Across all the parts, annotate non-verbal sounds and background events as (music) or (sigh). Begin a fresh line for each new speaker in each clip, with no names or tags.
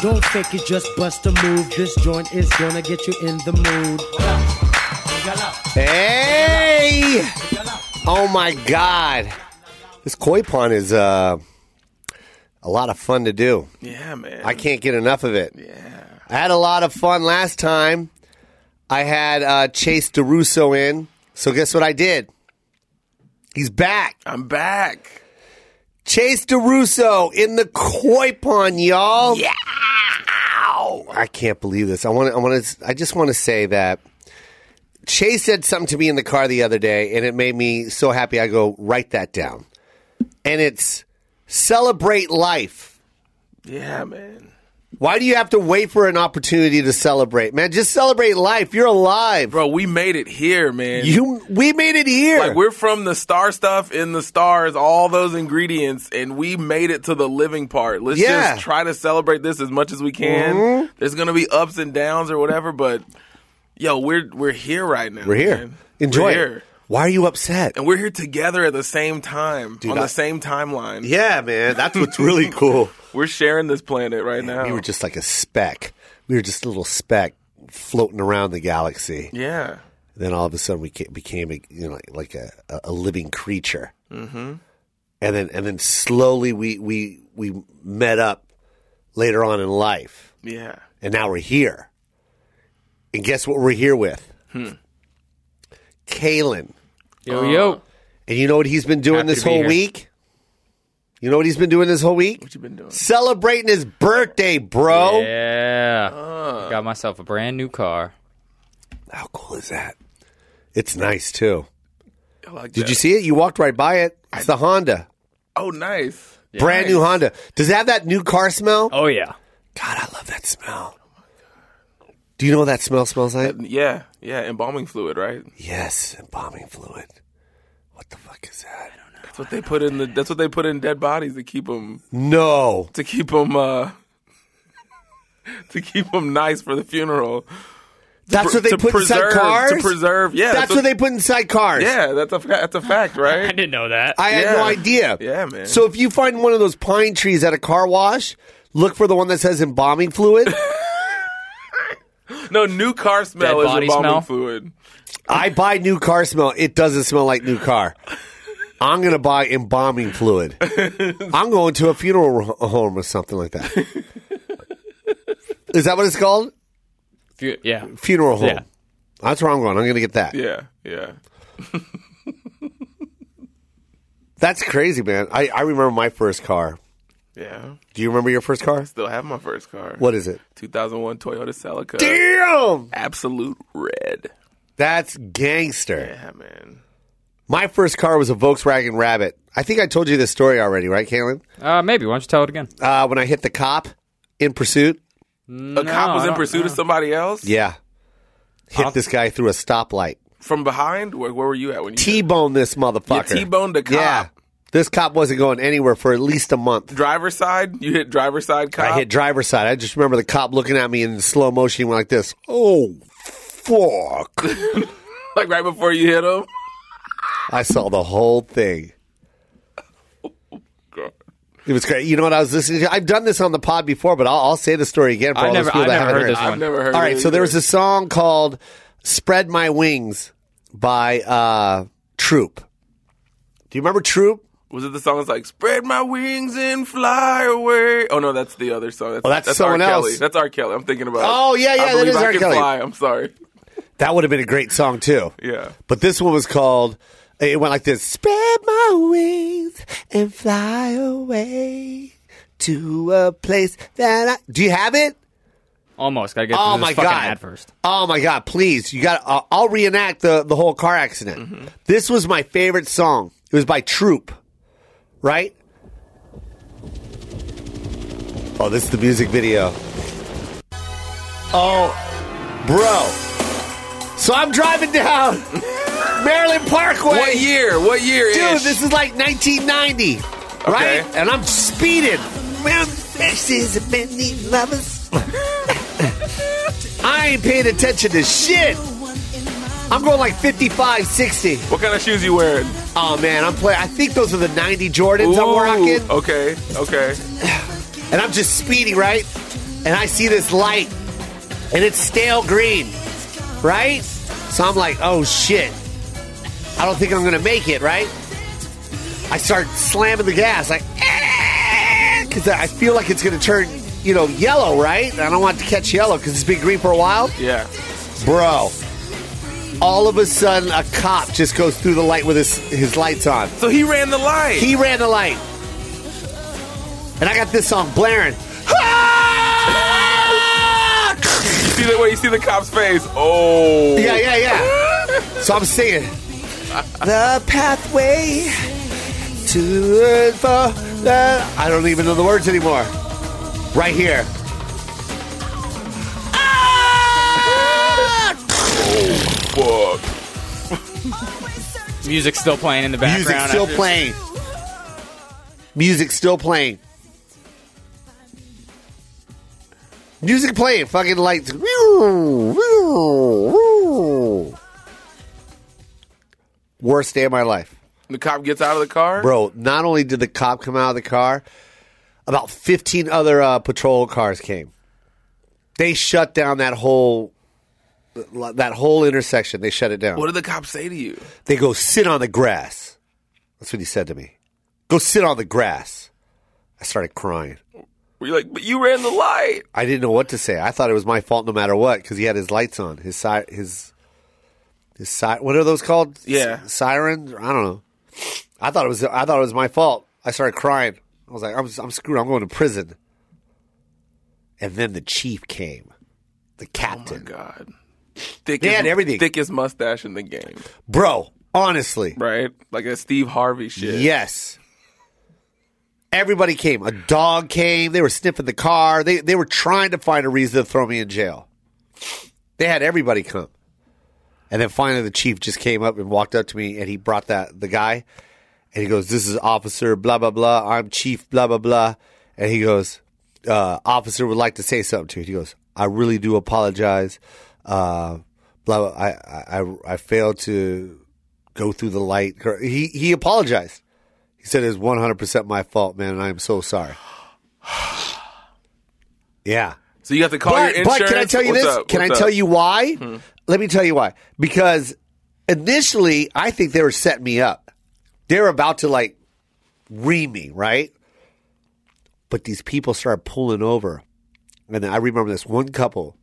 Don't fake it, just bust a move. This joint is gonna get you in the mood.
Hey! Oh my God. This koi pond is uh, a lot of fun to do.
Yeah, man.
I can't get enough of it. Yeah. I had a lot of fun last time. I had uh, Chase DeRusso in. So guess what I did? He's back.
I'm back.
Chase DeRusso in the koi pond, y'all.
Yeah.
I can't believe this. I want to. I want to. I just want to say that Chase said something to me in the car the other day, and it made me so happy. I go write that down, and it's celebrate life.
Yeah, man.
Why do you have to wait for an opportunity to celebrate, man? Just celebrate life. You're alive.
Bro, we made it here, man.
You, we made it here.
like we're from the star stuff in the stars, all those ingredients, and we made it to the living part. Let's
Yeah. Mm-hmm.
just try to celebrate this as much as we can. There's gonna be ups and downs or whatever, but yo, we're we're here right now.
We're here.
man.
Enjoy
We're
it.
here.
Why are you upset?
And we're here together at the same time on
I-
the same timeline.
Yeah, man. That's what's really cool.
We're sharing this planet right now.
Oh.
We were just like a speck. We were just a little speck floating around the galaxy.
yeah.
then all of a sudden we ca- became a, you know like a, a- a living creature mm-hmm. and then and then slowly we we we met up later on in life
Yeah.
and now we're here and guess what we're here with Kalen
Hmm. Yo, yo.
and you know what he's been doing
Happy
this
to be
whole
here.
week you know what he's been doing this whole week
What you been doing?
celebrating his birthday bro
Yeah. Got myself a brand new car.
how cool is that it's nice too
I like
did
that.
you see it you walked right by it it's the Honda
Oh, nice.
Brand new Honda. Does it have that new car smell?
Oh, yeah.
God, I love that smell. Do you know what that smell smells like?
Yeah. Yeah. Embalming fluid, right?
Yes, embalming fluid. What the fuck is that? I don't know.
That's what they put in the. That's what they put in dead bodies to keep them
No.
to keep them uh, to keep them nice for the funeral.
That's what they
to
put
preserve-
inside cars?
to preserve, yeah,
That's
so-
what they put inside cars.
Yeah, that's a that's a fact,
(laughs) I
right?
didn't know that.
I had
Yeah.
no idea.
Yeah, man.
So if you find one of those pine trees at a car wash, look for the one that says embalming fluid.
No, new car smell
Dead
is
body
embalming
smell?
fluid.
I buy new car smell. It doesn't smell like new car. I'm going to buy embalming fluid. I'm going to a funeral ho- home or something like that. Is that what it's called?
Fu- yeah.
Funeral home.
Yeah.
That's where I'm going. I'm going to get that.
Yeah, yeah.
That's crazy, man. I, I remember my first car.
Yeah,
Do you remember your first car?
still have my first car.
What is it?
2001 Toyota Celica.
Damn!
Absolute red.
That's gangster.
Yeah, man.
My first car was a Volkswagen Rabbit. I think I told you this story already, right, Kalen?
Uh, maybe. Why don't you tell it again?
Uh, when I hit the cop in pursuit.
a cop was
I
in
don't
pursuit of somebody else
Yeah. Hit this guy through a stoplight.
from behind. Where, where were you at when you
T bone this motherfucker.
You T-boned a cop.
Yeah. This cop wasn't going anywhere for at least a month.
driver's side? You hit driver's side cop.
I hit driver's side. I just remember the cop looking at me in slow motion, went like this. Oh, fuck.
like right before you
(laughs)
hit him.
I saw the whole
(laughs)
thing.
God.
It was great. You know what I was listening to? I've done this on the pod before, but I'll, I'll say the story again for
I
all
never-
those people
I
that
never
haven't
heard
heard
this
it.
one.
I've never heard.
All
of
right,
it
so there was
either.
a song called "Spread My Wings" by uh, Troop. Do you remember Troop?
Was it the song that's like "Spread my wings and fly away"? Oh no, that's the other song. That's,
Oh, that's someone
R. Kelly.
else.
That's R. Kelly. I'm thinking about.
Oh, yeah, yeah,
I
that
believe
is
I
R.
Can
Kelly.
Fly. I'm sorry.
That would have been a great song too.
Yeah.
But this one was called. It went like this: "Spread my wings and fly away to a place that I." Do you have it?
Almost. Gotta get through
Oh
this
my
fucking
god!
ad first.
Oh my god! Please, you got. Uh, I'll reenact the the whole car accident.
Mm-hmm.
This was my favorite song. It was by Troop, right? Oh, this is the music video. Oh, bro! So I'm driving down (laughs) Maryland Parkway.
What year? What year?
Dude, this is like 1990, right?
Okay.
And I'm speeding. Man, exes and many (laughs) lovers. I ain't paying attention to shit. I'm going like 55, 60.
What kind of shoes you wearing?
Oh man, I'm playing. I think those are the 90 Jordans I'm rocking,
Okay, okay.
and I'm just speeding right, and I see this light, and it's stale green, right? So I'm like, oh shit, I don't think I'm gonna make it, right? I start slamming the gas, like, because I feel like it's gonna turn, you know, yellow, right? And I don't want it to catch yellow because it's been green for a while.
Yeah.
Bro, all of a sudden, a cop just goes through the light with his, his lights on.
So he ran the light.
He ran the light. And I got this song blaring.
(laughs) you see the way you see the cop's face. Oh.
Yeah, yeah, yeah. (laughs) So I'm singing. The pathway to and fro- the. I don't even know the words anymore. Right here.
Fuck.
Music's still playing in the background.
Music still
after-
playing. Music still playing. Music playing. Fucking lights. Worst day of my life.
The cop gets out of the car.
Bro, not only did the cop come out of the car, about 15 other uh, patrol cars came. They shut down that whole that whole intersection. They shut it down.
What did the cop say to you?
They go sit on the grass. That's what he said to me. Go sit on the grass. I started crying.
Were you like, but you ran the light?
I didn't know what to say. I thought it was my fault no matter what because he had his lights on. His side, his his side. What are those called?
Yeah.
S- sirens. I don't know. I thought it was. I thought it was my fault. I started crying. I was like, I'm, I'm screwed. I'm going to prison. And then the chief came, the captain,
Oh God. Thickest,
They had everything.
Thickest mustache in the game,
bro. Honestly,
right? Like a Steve Harvey shit.
Yes. Everybody came. A dog came. They were sniffing the car. They they were trying to find a reason to throw me in jail. They had everybody come. And then finally the chief just came up and walked up to me and he brought that the guy and he goes, This is officer blah blah blah. I'm chief blah blah blah. And he goes, uh, officer would like to say something to you. He goes, I really do apologize. Uh blah, blah I, I I I failed to go through the light. He he apologized. He said it's one hundred percent my fault, man, and I am so sorry. (sighs) Yeah.
So you have to call
But,
your
but
insurance.
can I tell you
What's
this?
up?
Can
What's
I
up? Hmm.
tell you why? Let me tell you why. Because initially I think they were setting me up. They're about to like ream me, right? But these people started pulling over. And I remember this one couple.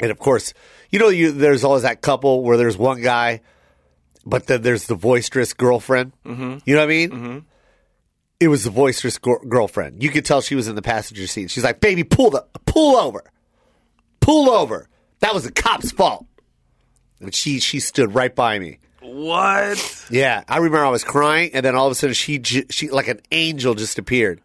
And of course, you know you there's always that couple where there's one guy but then there's the boisterous girlfriend. Mm-hmm. You know what I mean? Mm-hmm. It was the boisterous gir- girlfriend. You could tell she was in the passenger seat. She's like, "Baby, pull the pull over, pull over." That was the cop's fault. And she she stood right by me.
What?
Yeah, I remember I was crying, and then all of a sudden she j- she like an angel just appeared.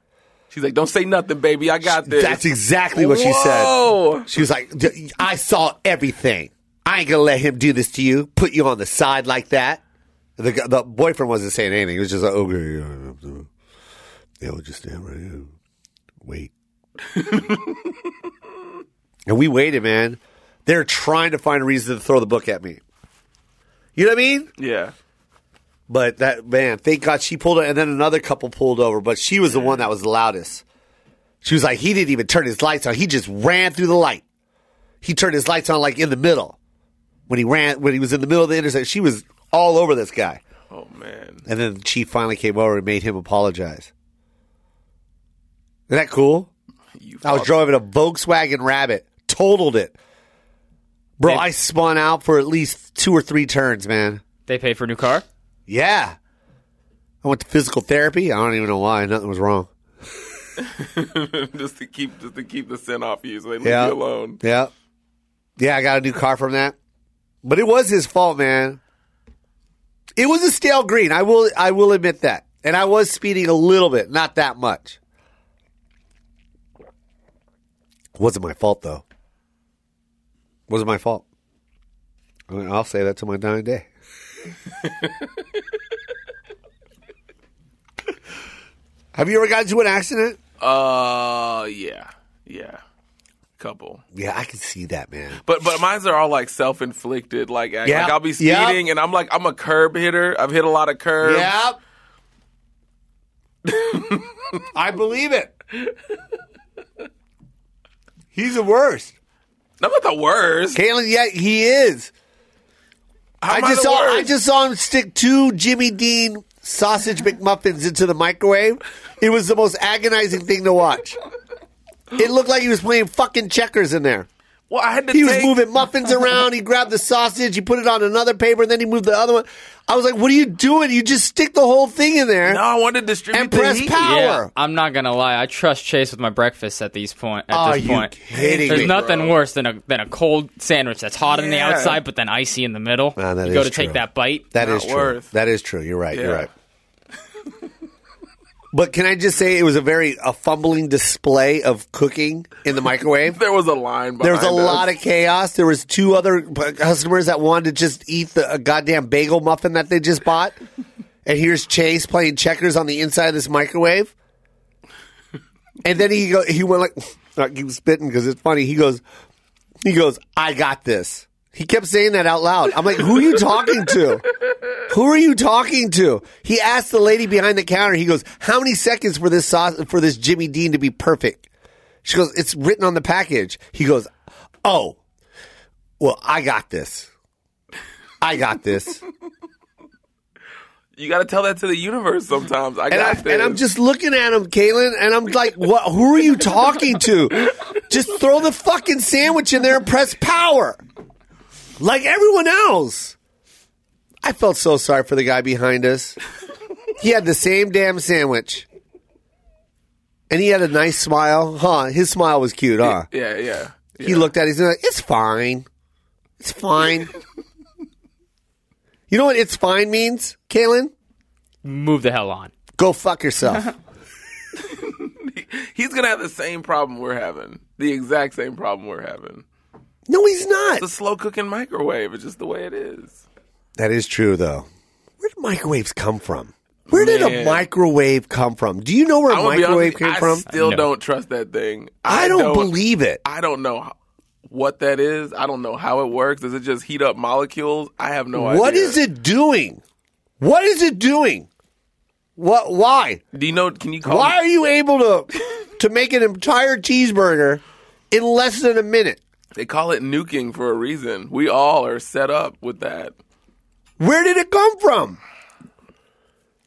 She's like, don't say nothing, baby. I got this.
That's exactly what she said.
Whoa.
She was like, "D- "I saw everything. I ain't gonna let him do this to you. Put you on the side like that." The gu- the boyfriend wasn't saying anything. He was just like, "Okay, yeah, yeah, yeah, we'll just stand right here. Wait." (laughs) and we waited, man. They're trying to find a reason to throw the book at me. You know what I mean?
Yeah.
But that man, thank God she pulled it, and then another couple pulled over. But she was the one that was the loudest. She was like, he didn't even turn his lights on. He just ran through the light. He turned his lights on like in the middle when he ran when he was in the middle of the intersection. She was all over this guy,
Oh man. (laughs)
and then the chief finally came over and made him apologize. Isn't that cool?
You
I was
fuck-
driving a Volkswagen Rabbit, totaled it, bro.
They-
I spun out for at least two or three turns, man.
They paid for a new car.
Yeah. I went to physical therapy. I don't even know why. Nothing was wrong.
just to keep just to keep the scent off you, so they leave
Yeah.
you alone.
Yeah. Yeah, I got a new car from that. But it was his fault, man. It was a stale green. I will I will admit that. And I was speeding a little bit, not that much. Wasn't my fault though. Wasn't my fault. I mean, I'll say that to my dying day. (laughs) Have you ever gotten into an accident?
Uh, yeah, yeah. couple.
Yeah, I can see that, man.
But but mines are all like self inflicted. Like, act-
Yeah.
like I'll be speeding
Yeah.
and I'm like I'm a curb hitter. I've hit a lot of curbs.
Yep. (laughs) I believe it. He's the worst.
I'm not the worst.
Caitlin, yeah, he is.
How
I
am
just
the
saw
worst?
I just saw him stick two Jimmy Dean sausage McMuffins into the microwave. It was the most agonizing thing to watch. It looked like he was playing fucking checkers in there.
well, I had to
He was
take,
moving muffins around. He grabbed the sausage, he put it on another paper, and then he moved the other one. I was like, "What are you doing? You just stick the whole thing in there
No, I wanted to distribute
and
the
press
heat.
power."
Yeah, I'm not gonna lie. I trust Chase with my breakfast at these point. At
Are
this
you
point,
kidding
there's
me,
nothing worse than a than a cold sandwich that's hot on the
Yeah.
outside but then icy in the middle.
Ah, that
you go
is
to
true.
take that bite.
That
Not
is true.
worth.
That is true. You're right. You're
Yeah.
right. but can I just say it was a very a fumbling display of cooking in the microwave.
There was a line.
There was a
behind us.
lot of chaos. There was two other p- customers that wanted to just eat the a goddamn bagel muffin that they just bought. And here's Chase playing checkers on the inside of this microwave. And then he go, he went like (laughs) I keep spitting because it's funny. He goes, he goes, I got this. He kept saying that out loud. I'm like, who are you talking to? Who are you talking to? He asked the lady behind the counter. He goes, "How many seconds for this sauce for this Jimmy Dean to be perfect?" She goes, "It's written on the package." He goes, "Oh, well, I got this. I got this."
You got to tell that to the universe sometimes. I
And, I,
got this.
and I'm just looking at him, Caitlin, and I'm like, "What? Who are you talking to? Just throw the fucking sandwich in there and press power, like everyone else." I felt so sorry for the guy behind us. He had the same damn sandwich, and he had a nice smile, huh? His smile was cute, huh?
yeah, yeah. yeah.
He looked at it. He's like, "It's fine. It's fine." you know what "it's fine" means, Caitlin?
Move the hell on.
Go fuck yourself.
(laughs) He's gonna have the same problem we're having. The exact same problem we're having.
no, he's not.
The slow cooking microwave. It's just the way it is.
That is true, though. Where did microwaves come from? Where did a
Man.
microwave come from? Do you know where a
I'm gonna be honest
microwave
with you,
came
I
from?
still
No.
don't trust that thing.
I don't, believe it.
I don't know h- what that is. I don't know how it works. Does it just heat up molecules? I have no idea.
What is it doing? What is it doing? What? Why?
Do you know? Can you call?
Why are you able to to make an entire cheeseburger in less than a minute?
They call it nuking for a reason. We all are set up with that.
Where did it come from?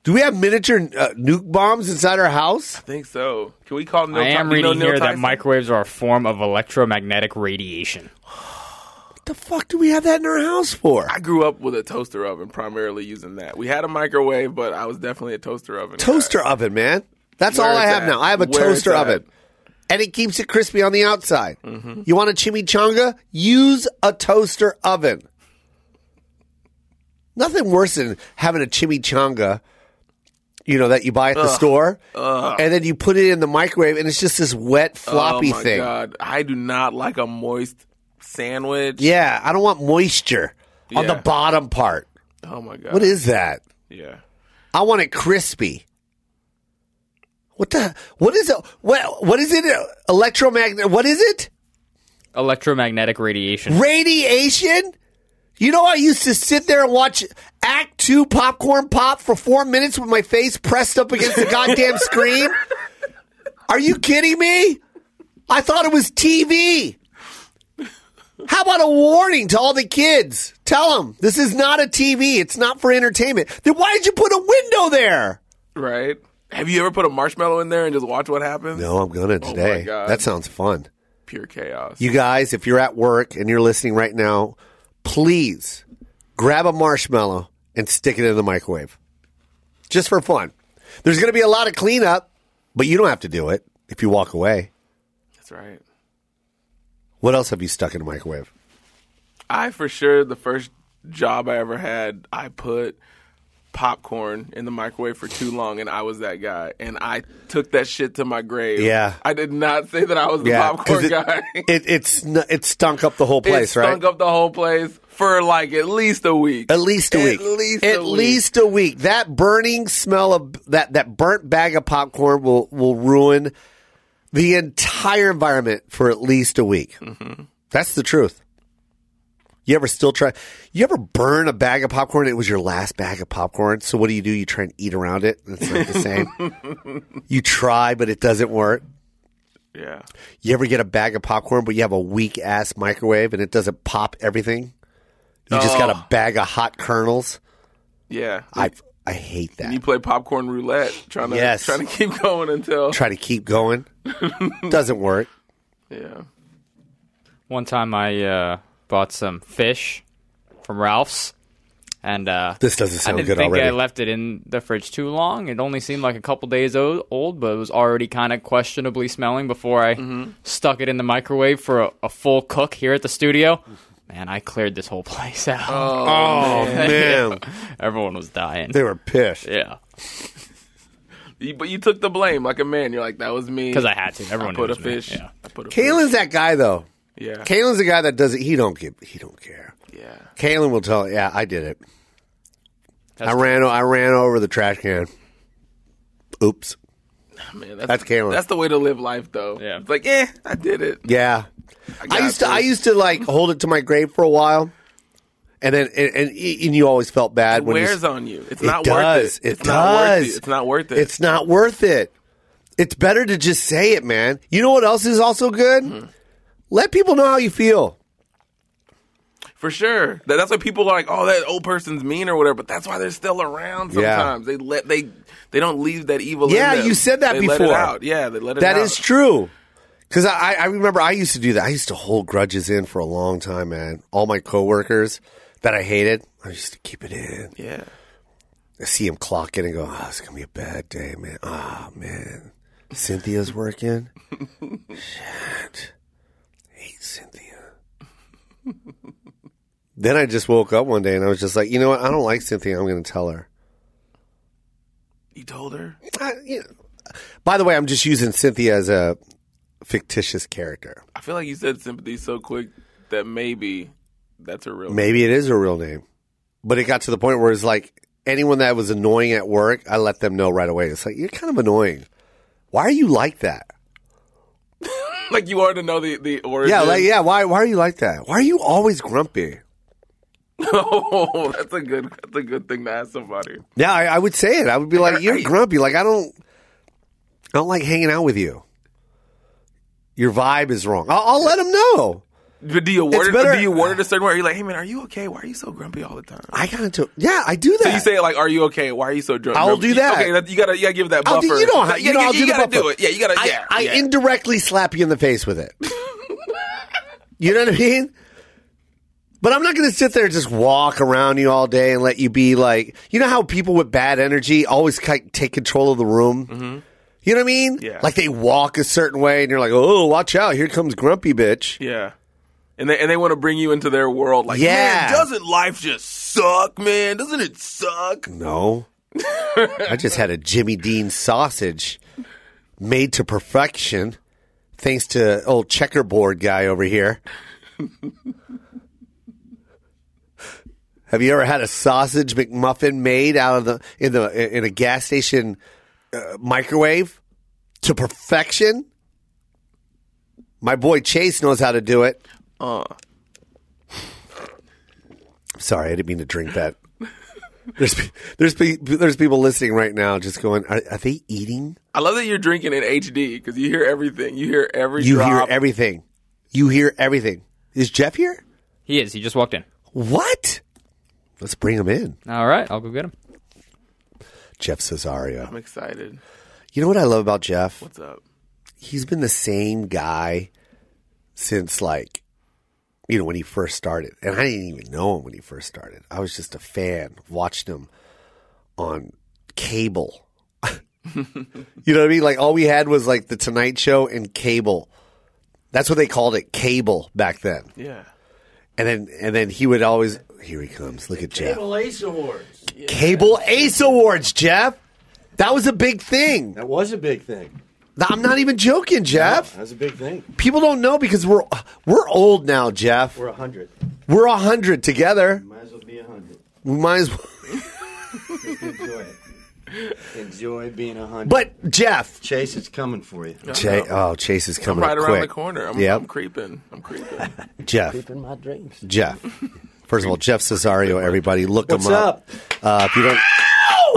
Do we have miniature uh, nuke bombs inside our house?
I think so. Can we call? Neil
I am
Ty- do you know
reading
Neil
here that
Tyson?
microwaves are a form of electromagnetic radiation.
What the fuck do we have that in our house for?
I grew up with a toaster oven, primarily using that. We had a microwave, but I was definitely a toaster oven. guy.
toaster oven, man. That's
Where
all I
it's
have
at.
now. I have a
Where it's
toaster
at.
oven, and it keeps it crispy on the outside.
Mm-hmm.
You want a chimichanga? Use a toaster oven. Nothing worse than having a chimichanga, you know, that you buy at the store, and then you put it in the microwave, and it's just this wet, floppy
oh my
thing.
God, I do not like a moist sandwich.
Yeah, I don't want moisture on the
Yeah.
bottom part.
Oh my god.
What is that?
Yeah.
I want it crispy. What the? What is it? What? What is it? Electromagnet? What is it?
Electromagnetic radiation.
Radiation? You know, I used to sit there and watch Act Two popcorn pop for four minutes with my face pressed up against the goddamn screen. Are you kidding me? I thought it was TV. How about a warning to all the kids? Tell them this is not a TV. It's not for entertainment. Then why did you put a window there?
Right. Have you ever put a marshmallow in there and just watch what happens?
No, I'm gonna today.
God.
that sounds fun.
Pure chaos.
You guys, if you're at work and you're listening right now, please grab a marshmallow and stick it in the microwave. Just for fun. There's gonna be a lot of cleanup, but you don't have to do it if you walk away.
That's right.
What else have you stuck in the microwave?
I for sure the first job I ever had, I put popcorn in the microwave for too long and I was that guy and I took that shit to my grave.
Yeah.
I did not say that I was the
'cause
popcorn
it,
guy.
It, it's n- it stunk up the whole (laughs) place,
it
right?
stunk up the whole place for like at least a week.
At least a
At
week.
least
At
a week.
least a week. That burning smell of that that burnt bag of popcorn will will ruin the entire environment for at least a week.
Mm-hmm.
That's the truth. You ever still try? You ever burn a bag of popcorn? It was your last bag of popcorn. So what do you do? You try and eat around it. It's not the same.
(laughs)
you try, but it doesn't work.
Yeah.
You ever get a bag of popcorn, but you have a weak ass microwave and it doesn't pop everything? You just got
Oh.
a bag of hot kernels.
Yeah.
I I hate that.
you play popcorn roulette, trying to
Yes.
trying to (laughs) keep going until
Try to keep going. doesn't work.
yeah.
One time I uh, bought some fish from Ralph's, and uh,
This doesn't
I
sound
didn't
good
think
already.
I left it in the fridge too long. It only seemed like a couple days o- old, but it was already kind of questionably smelling before I
Mm-hmm.
stuck it in the microwave for a, a full cook here at the studio. Man, I cleared this whole (laughs) place out.
oh man,
Oh.
Everyone was dying.
they were pissed.
Yeah,
You, but you took the blame like a man. You're like that was me
because I had to. Everyone
put a
knew it was me.
fish.
Yeah.
I put a
Kalen's that guy though.
fish. Yeah.
Kalen's the guy that does it. He don't give. He don't care.
yeah.
Kalen will tell. Yeah, I did it.
That's-
I ran. o- I ran over the trash can. Oops.
Man, that's,
That's Kalen.
That's the way to live life, though.
Yeah.
It's like, eh, I did it.
Yeah. I,
got
used to.
this.
I used to like hold it to my grave for a while, and then and, and, and you always felt bad
It
when you,
wears on you. It's
It
not
does.
worth it.
It
it's Not worth
does.
it. It's not worth it.
It's not worth it. It's better to just say it, man. You know what else is also good?
Hmm.
Let people know how you feel.
for sure. That, that's why people are like, oh, that old person's mean or whatever. But that's why they're still around.
Yeah.
Sometimes they let they they don't leave that evil. in
Yeah,
them.
you said that
They Let
before.
it out. Yeah, they let it
That
out.
is true. Because I, I remember I used to do that. I used to hold grudges in for a long time, man. All my coworkers that I hated, I used to keep it in.
Yeah.
I see him clock in and go, oh, it's going to be a bad day, man. Ah, man. Cynthia's working. Shit. Hate Cynthia. then I just woke up one day and I was just like, you know what? I don't like Cynthia. I'm going to tell her.
You told her.
I, you know. By the way, I'm just using Cynthia as a fictitious character.
I feel like you said sympathy so quick that maybe that's a real.
Maybe it is her real name. But it got to the point where it's like anyone that was annoying at work, I let them know right away. It's like, you're kind of annoying. Why are you like that?
Like you are to know the the origin.
Yeah, like yeah. Why why are you like that? Why are you always grumpy?
(laughs) oh, that's a good that's a good thing to ask somebody.
Yeah, I, I would say it. I would be like,
are-
you're
are you-
grumpy. Like I don't, I don't like hanging out with you. Your vibe is wrong. I'll, I'll let him know.
But do you word it?
better-
do you word it a certain way? Are you like, hey man, are you okay? Why are you so grumpy all the time?
I got into yeah. I do that.
So you say like, "Are you okay? Why are you so drunk?"
I'll
grumpy?
do that.
Okay, that, you gotta, you gotta give that
I'll
buffer.
do, you know, how-
You
you know,
gotta-
I'll do
you
the
gotta
buffer.
do it. Yeah, you gotta.
I,
yeah,
I
yeah.
indirectly slap you in the face with it. you know what I mean? But I'm not going to sit there and just walk around you all day and let you be like, you know how people with bad energy always ki- take control of the room. You know what I mean?
Mm-hmm. Yeah.
Like they walk a certain way, and you're like, "Oh, watch out! Here comes grumpy bitch."
yeah. And they and they want to bring you into their world. Like,
Yeah.
man, doesn't life just suck, man? Doesn't it suck?
No, I just had a Jimmy Dean sausage made to perfection, thanks to old checkerboard guy over here. Have you ever had a sausage McMuffin made out of the in the in a gas station uh, microwave to perfection? My boy Chase knows how to do it.
Uh,
Sorry, I didn't mean to drink that. There's pe- there's pe- there's people listening right now just going, are, are they eating?
I love that you're drinking in HD because you hear everything. You hear every
You hear
drop.
everything. You hear everything. Is Jeff here?
He is. He just walked in.
What? Let's bring him in.
All right, I'll go get him.
Jeff Cesario.
I'm excited.
You know what I love about Jeff?
What's up?
He's been the same guy since like you know when he first started. And I didn't even know him when he first started. I was just a fan, watched him on cable. (laughs) you know what I mean? Like all we had was like the Tonight Show and cable. That's what they called it, cable back then.
Yeah.
And then and then he would always here he comes. Look at Jeff. Cable Ace Awards. Cable Ace Awards, Jeff. That was a big thing.
That was a big thing.
I'm not even joking, Jeff.
That was a big thing.
People don't know because we're we're old now, Jeff.
We're a hundred.
We're a hundred together.
Might as well be a hundred.
We might as well.
Enjoy it. (laughs) Enjoy being a hunter.
But Jeff,
Chase, it's coming for you.
Jay, oh Chase is coming
right
up
around
quick.
the corner. I'm,
Yep.
I'm creeping. I'm creeping.
Jeff,
In my dreams.
Jeff. First of all, Jeff Cesario, everybody, look
What's
him up. Uh, if you don't,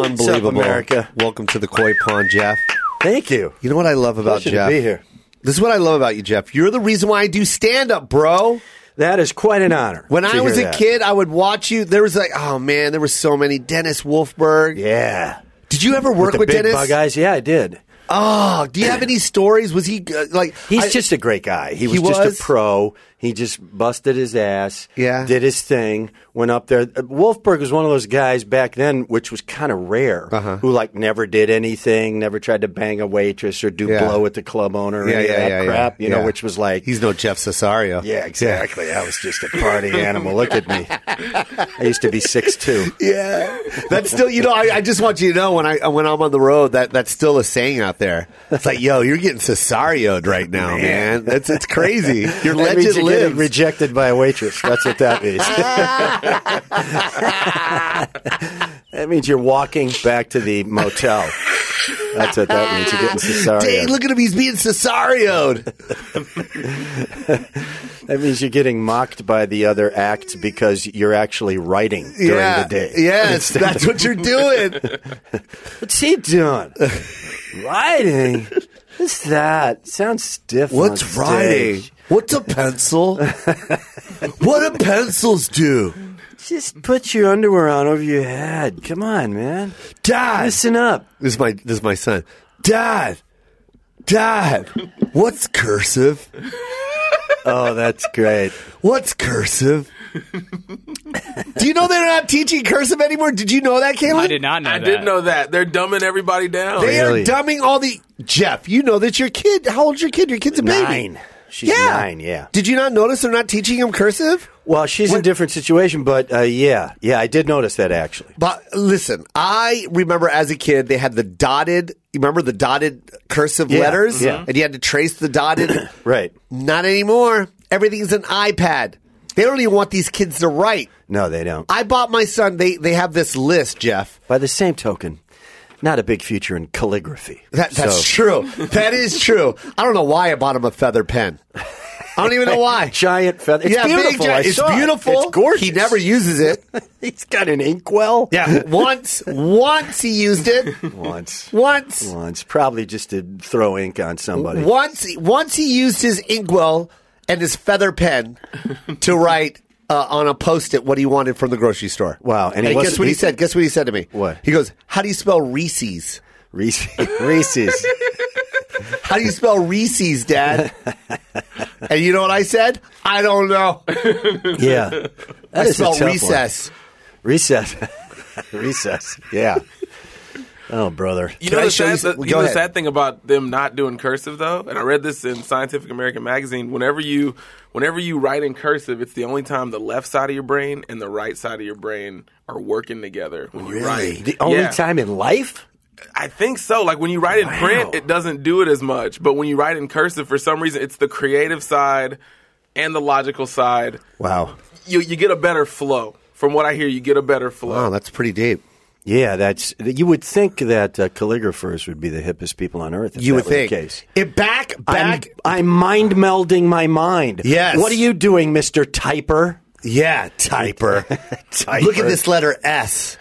unbelievable,
America?
Welcome to the koi pond, Jeff.
Thank you.
You know what I love about
Pleasure to
Jeff?
be here.
This is what I love about you, Jeff. You're the reason why I do stand up, bro.
That is quite an honor.
When
to
I was a
hear that.
kid, I would watch you. There was like, oh man, there were so many. Dennis Wolfberg.
yeah,
Did you ever work
the
with,
big
Dennis?
bug eyes. Yeah, I did.
Oh, do you have any stories? Was he uh, like?
He's
I-
just a great guy. He was,
He was?
just a pro. He just busted his ass.
Yeah.
Did his thing. Went up there. Uh, Wolfberg was one of those guys back then, which was kind of rare,
Uh-huh.
who like never did anything, never tried to bang a waitress or do
Yeah.
blow at the club owner or
yeah,
any of
yeah,
that
yeah,
crap,
yeah,
you
yeah.
know, which was like.
he's no Jeff Cesario.
yeah, exactly. I was just
(laughs)
a party animal. Look at me. I used to be six two.
Yeah, that's still you know. I, I just want you to know when I uh, when I'm on the road that that's still a saying out there. It's like, yo, you're getting cesarioed right now, man. That's it's
(laughs)
crazy. Your
That means
legend
you're getting
lives.
rejected by a waitress. That's what that means. (laughs) that means you're walking back to the motel. That's what that means. You're getting
Dang,
cesarean.
look at him. He's being cesarioed.
that means you're getting mocked by the other act because you're actually writing during
yeah,
the day. (laughs)
yes, that's what you're doing.
What's he (laughs) doing? writing? What's that? Sounds stiff. on
What's
stage.
writing? What's a pencil?
(laughs)
what do pencils do?
Just put your underwear on over your head. Come on, man.
Dad,
Listen up.
This is my this is my son. Dad, Dad, what's cursive?
Oh, that's great.
What's cursive? (laughs) Do you know they're not teaching cursive anymore? Did you know that, Caleb?
I did not know
I
that.
did know that they're dumbing everybody down.
They
Really?
are dumbing all the Jeff. You know that your kid. How old's your kid? Your kid's a baby.
Nine. She's
yeah.
nine, yeah.
Did you not notice they're not teaching him cursive?
Well, she's in a different situation, but uh, yeah, yeah, I did notice that actually.
But listen, I remember as a kid they had the dotted. You remember the dotted cursive
Yeah, Mm-hmm.
letters,
yeah.
and you had to trace the dotted.
Right.
Not anymore. Everything's an iPad. They don't even want these kids to write.
No, they don't.
I bought my son. They they have this list, Jeff.
By the same token, not a big future in calligraphy.
That, that's
So,
true. (laughs) That is true. I don't know why I bought him a feather pen. I don't
(laughs)
even know why.
Giant feather. It's
yeah, big
beautiful.
giant-
I
it's
saw it.
beautiful.
It's gorgeous.
He never uses
(laughs)
it.
He's got an inkwell.
Yeah, once once he used it.
(laughs) Once.
Once
Once. Probably just to throw ink on somebody.
once once he used his inkwell and his feather pen
(laughs)
to write uh, on a post-it what he wanted from the grocery store.
Wow, and he
guess
wasn't-
what he,
he-
said? Guess what he said to me?
What?
He goes, "How do you spell Reese's?
Reese- (laughs) Reese's.
How do you spell Reese's,
(laughs)
Dad?" and you know what I said? I don't know.
yeah. That
I
is a
spell
tough one.
recess.
Recess. (laughs) recess. Yeah. Oh, brother.
You
Can
know,
I
the
show you
sad,
some-
the- you
go
know the
ahead.
sad thing about them not doing cursive though, and I read this in Scientific American magazine. Whenever you, whenever you write in cursive, it's the only time the left side of your brain and the right side of your brain are working together when you write.
The only
Yeah.
time in life?
I think so. Like when you write in print, it doesn't do it as much, but when you write in cursive, for some reason, it's the creative side and the logical side.
Wow.
You you get a better flow. From what I hear, you get a better flow.
Wow, that's pretty deep.
Yeah, that's. You would think that uh, calligraphers would be the hippest people on earth. If
You
that
would
were
think.
The case.
It back
I'm,
back.
I'm mind melding my mind.
Yes.
What are you doing, Mister Typer?
yeah, typer. (laughs)
Typer.
Look at this letter S.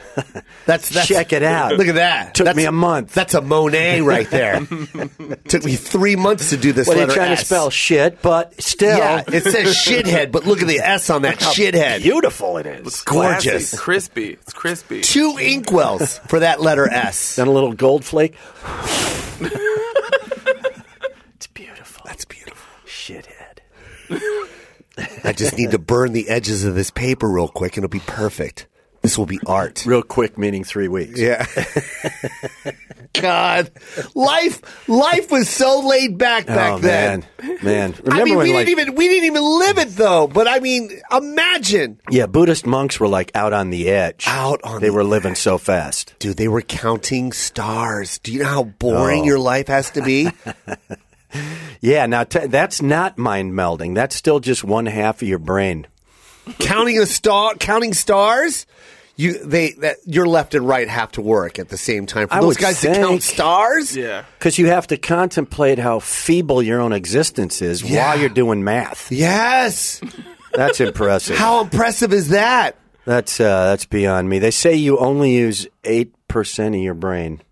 That's, that's
Check it out.
Look at that.
Took
That's-
me a month.
That's a Monet right there. Took me three months to do this
What are
letter
you trying
S.
to spell? Shit, but still.
Yeah, it says shithead, but look at the S on that
(laughs) How
shithead.
Beautiful it is.
Classy,
gorgeous.
crispy.
(laughs)
It's crispy.
Two inkwells for that letter S.
Then a little gold flake. (laughs) it's beautiful.
That's beautiful.
Shithead.
I just need to burn the edges of this paper real quick, and it'll be perfect. This will be art.
Real quick, meaning three weeks.
Yeah. (laughs) God, life life was so laid back back
oh,
then.
man, man. Remember
I mean,
when
we
like,
didn't even we didn't even live it though. But I mean, imagine,
Yeah, Buddhist monks were like out on the edge.
Out on
They
the
were living so fast.
dude, they were counting stars. Do you know how
Oh.
boring your life has to
(laughs)
be?
Yeah, now t- that's not mind melding. That's still just one half of your brain.
counting a star, counting stars. you they that your left and right have to work at the same time for
I
those
would
guys to
think.
count stars.
Yeah.
Because you have to contemplate how feeble your own existence is
Yeah.
while you're doing math.
Yes.
That's impressive.
How impressive is that?
That's uh, that's beyond me. They say you only use eight percent of your brain.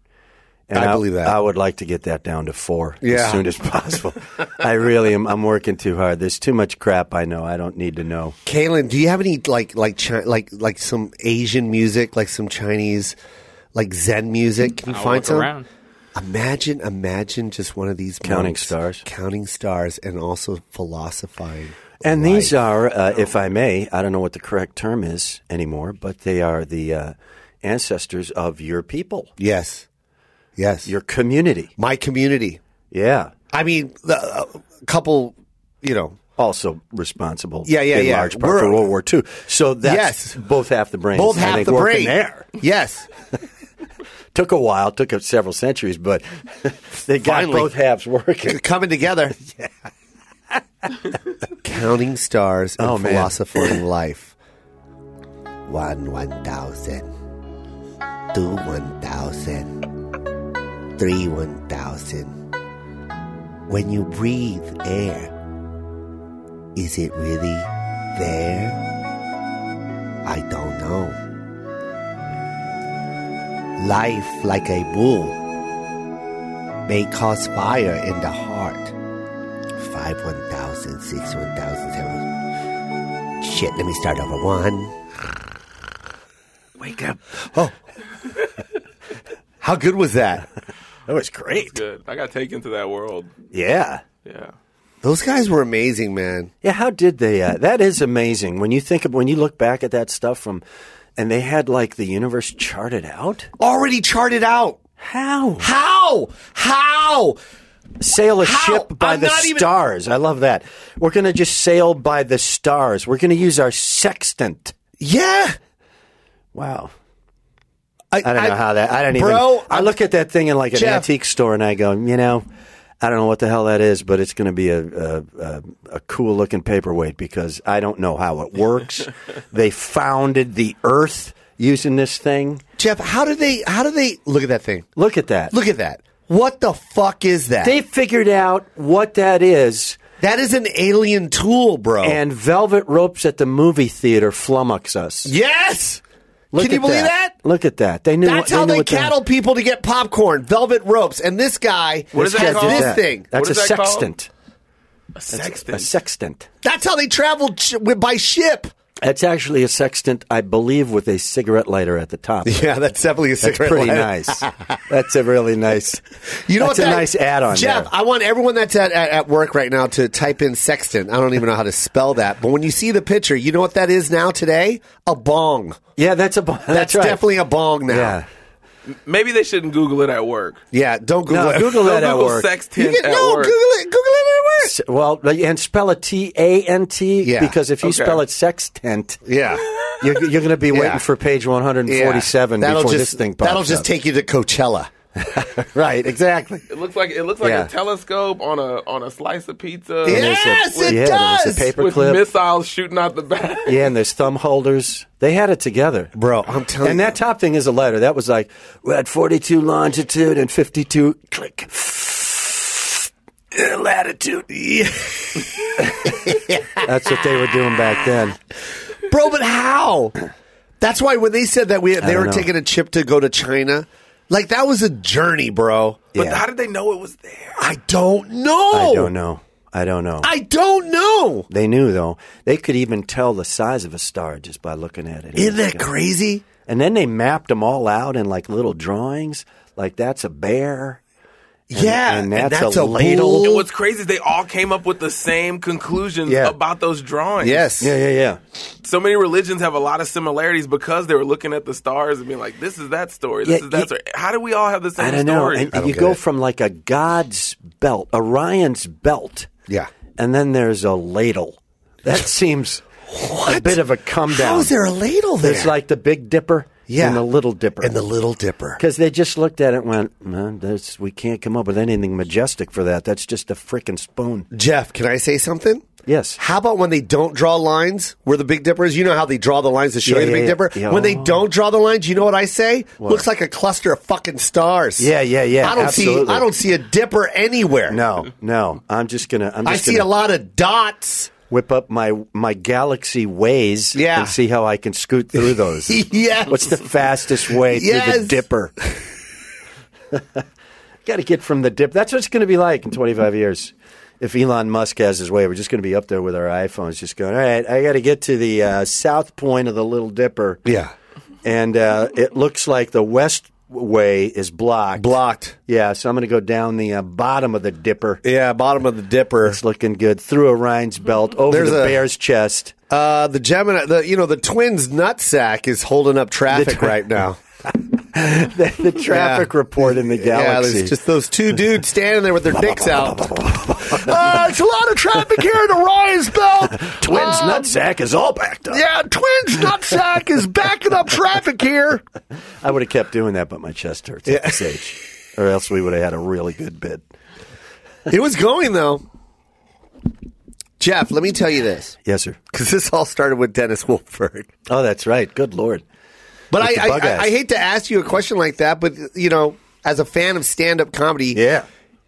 And
I believe that.
I would like to get that down to four
Yeah.
as soon as possible. I really am. I'm working too hard. There's too much crap I know. I don't need to know.
Kaylin, do you have any like like chi- like like some Asian music, like some Chinese, like Zen music? Can you
I'll
find
look
some?
around.
Imagine, imagine just one of these
Counting
monks
stars.
counting stars, and also philosophizing.
And
life.
these are, uh, if I may, I don't know what the correct term is anymore, but they are the uh, ancestors of your people,
yes, yes,
your community.
my community.
Yeah.
I mean, the- a couple, you know,
Also responsible,
Yeah, yeah,
in
yeah.
large part
We're-
for World War II. So
Yes.
that's both half the brain.
both
I
half
think,
the
working
brain
there.
Yes,
took a while, took up several centuries, but (laughs) they got
Finally.
both halves working.
coming together. Counting stars and
Oh, man. (laughs)
philosophizing life. One one thousand, two one thousand, three one thousand. When you breathe air, is it really there? I don't know. Life like a bull may cause fire in the heart. Five one thousand, six one thousand, seven. Shit, let me start over. One. (laughs) Wake up. Oh. How good was that?
That was great.
Good. I got taken to that world.
Yeah.
Yeah.
Those guys were amazing, man.
Yeah, how did they? Uh, that is amazing. When you think of, when you look back at that stuff from, and they had like the universe charted out.
Already charted out.
How?
How? How?
Sail a
How?
ship by
I'm
the
not even-
stars. I love that. We're going to just sail by the stars. We're going to use our sextant.
Yeah.
Wow. I don't know how that. I don't
Bro,
even. I look at that thing in like an
Jeff.
antique store and I go, you know, I don't know what the hell that is, but it's going to be a a, a, a cool looking paperweight because I don't know how
(laughs)
it works. they founded the Earth using this thing.
Jeff, how do they? How do they look at that thing?
Look at that.
Look at that. What the fuck is that?
They figured out what that is,
that is an alien tool, bro.
and velvet ropes at the movie theater flummox us.
yes.
Look
Can you
at
believe that?
Look at that. They knew.
That's
what,
how
knew
they
what the-
cattle people to get popcorn, velvet ropes, and this guy
What is
this
that
guy
called?
did This
that.
thing.
That's
What
a
is that called?
sextant.
A sexton.
A sextant.
That's how they traveled sh- with- by ship.
That's actually a sextant, I believe, with a cigarette lighter at the top.
(laughs) Yeah, that's definitely a
That's
(laughs)
pretty nice. That's a really nice.
You know
that's
what?
a
that-
nice add-on.
Jeff.
there.
I want everyone that's at, at, at work right now to type in sextant. I don't even know how to spell that, but when you see the picture, you know what that is now today? A bong.
yeah, that's a. bo- That's,
That's
right.
definitely a bong now.
Yeah.
Maybe they shouldn't Google it at work.
Yeah, don't Google
No,
it.
Google
Don't
that at
Google
work.
(laughs) You
sextant
can-
at
no,
work.
Google it. Google it at work.
S- Well, and spell it T A N T
Yeah.
because if you
Okay.
spell it sextant,
Yeah.
you're, you're going to be waiting
Yeah.
for page one hundred and
Yeah.
(laughs) forty-seven
That'll
before
just,
this thing pops
That'll just
up.
take you to
(laughs)
Coachella. right, exactly.
It looks like it looks like
Yeah.
a telescope on a on a slice of pizza.
And there's a-
Yes, it
yeah,
does!
There's a paper
with
clip.
missiles shooting out the back.
yeah, and there's thumb holders. They had it together.
Bro, I'm telling
And
you.
that top thing is a letter. That was like we're at forty-two longitude and fifty-two click latitude. That's what they were doing back then.
Bro, but how? That's why when they said that we they
don't
were
know.
taking a chip to go to China, like that was a journey, bro.
But
Yeah.
how did they know it was there?
I don't know.
I don't know. I don't know.
I don't know.
they knew though. They could even tell the size of a star just by looking at it.
Isn't that crazy?
And then they mapped them all out in like little drawings. Like that's a bear.
yeah,
and that's a ladle.
bull.
And what's crazy is they all came up with the same conclusions
Yeah.
about those drawings.
yes.
yeah, yeah.
So many religions have a lot of similarities because they were looking at the stars and being like, this is that story. This
Yeah,
is that
yeah.
story. How do we all have the same
I don't know.
story?
And
I don't
you
get
go
it.
from like a god's belt, Orion's belt.
Yeah.
And then there's a ladle.
(laughs)
That seems a bit of a come down.
How is there a ladle there?
There's like the Big Dipper
Oh, Yeah.
and the Little Dipper.
and the Little Dipper.
because they just looked at it and went, "Man, this, we can't come up with anything majestic for that. That's just a freaking spoon.
Jeff, can I say something?
Yes.
How about when they don't draw lines where the Big Dipper is? You know how they draw the lines to show you
Yeah,
the
yeah,
Big
yeah.
Dipper?
Yeah. Oh.
When they don't draw the lines, you know what I say? Looks like a cluster of fucking stars.
Yeah, yeah, yeah,
I don't see
absolutely.
I don't see a dipper anywhere.
No, no. I'm just gonna. I'm just
I see a
gonna
lot of dots. (laughs)
Whip up my my galaxy ways.
Yeah.
And see how I can scoot
(laughs)
through those.
yes.
What's the fastest way through
Yes.
the (laughs) dipper? Got to get from the dip. That's what it's going to be like in 25 years. If Elon Musk has his way, we're just going to be up there with our iPhones, just going, all right, I got to get to the uh, south point of the Little Dipper.
Yeah.
And uh, it looks like the west way is blocked.
Blocked.
Yeah, so I'm going to go down the uh, bottom of the Dipper.
Yeah, bottom of the dipper.
It's looking good. Through Orion's belt, over
There's
the
a-
bear's chest. (laughs)
Uh, the Gemini, the you know, the twins nutsack is holding up traffic right now.
the, the traffic report in the
Yeah,
(laughs) galaxy.
there's just those two dudes standing there with
(laughs)
their dicks out. uh, it's a lot of traffic here in Orion's Belt.
Twins
Uh,
nutsack is all backed up.
Yeah, Twins Nutsack is backing up traffic here.
I would have kept doing that, but my chest hurts at this age. Or else we would have had a really good bit.
It was going though. Jeff, let me tell you this
Yes, sir.
because this all started with Dennis Wolford.
Oh, that's right. Good Lord.
But I,
With the
I,
bug
I,
ass.
I hate to ask you a question like that, but you know, as a fan of stand-up comedy,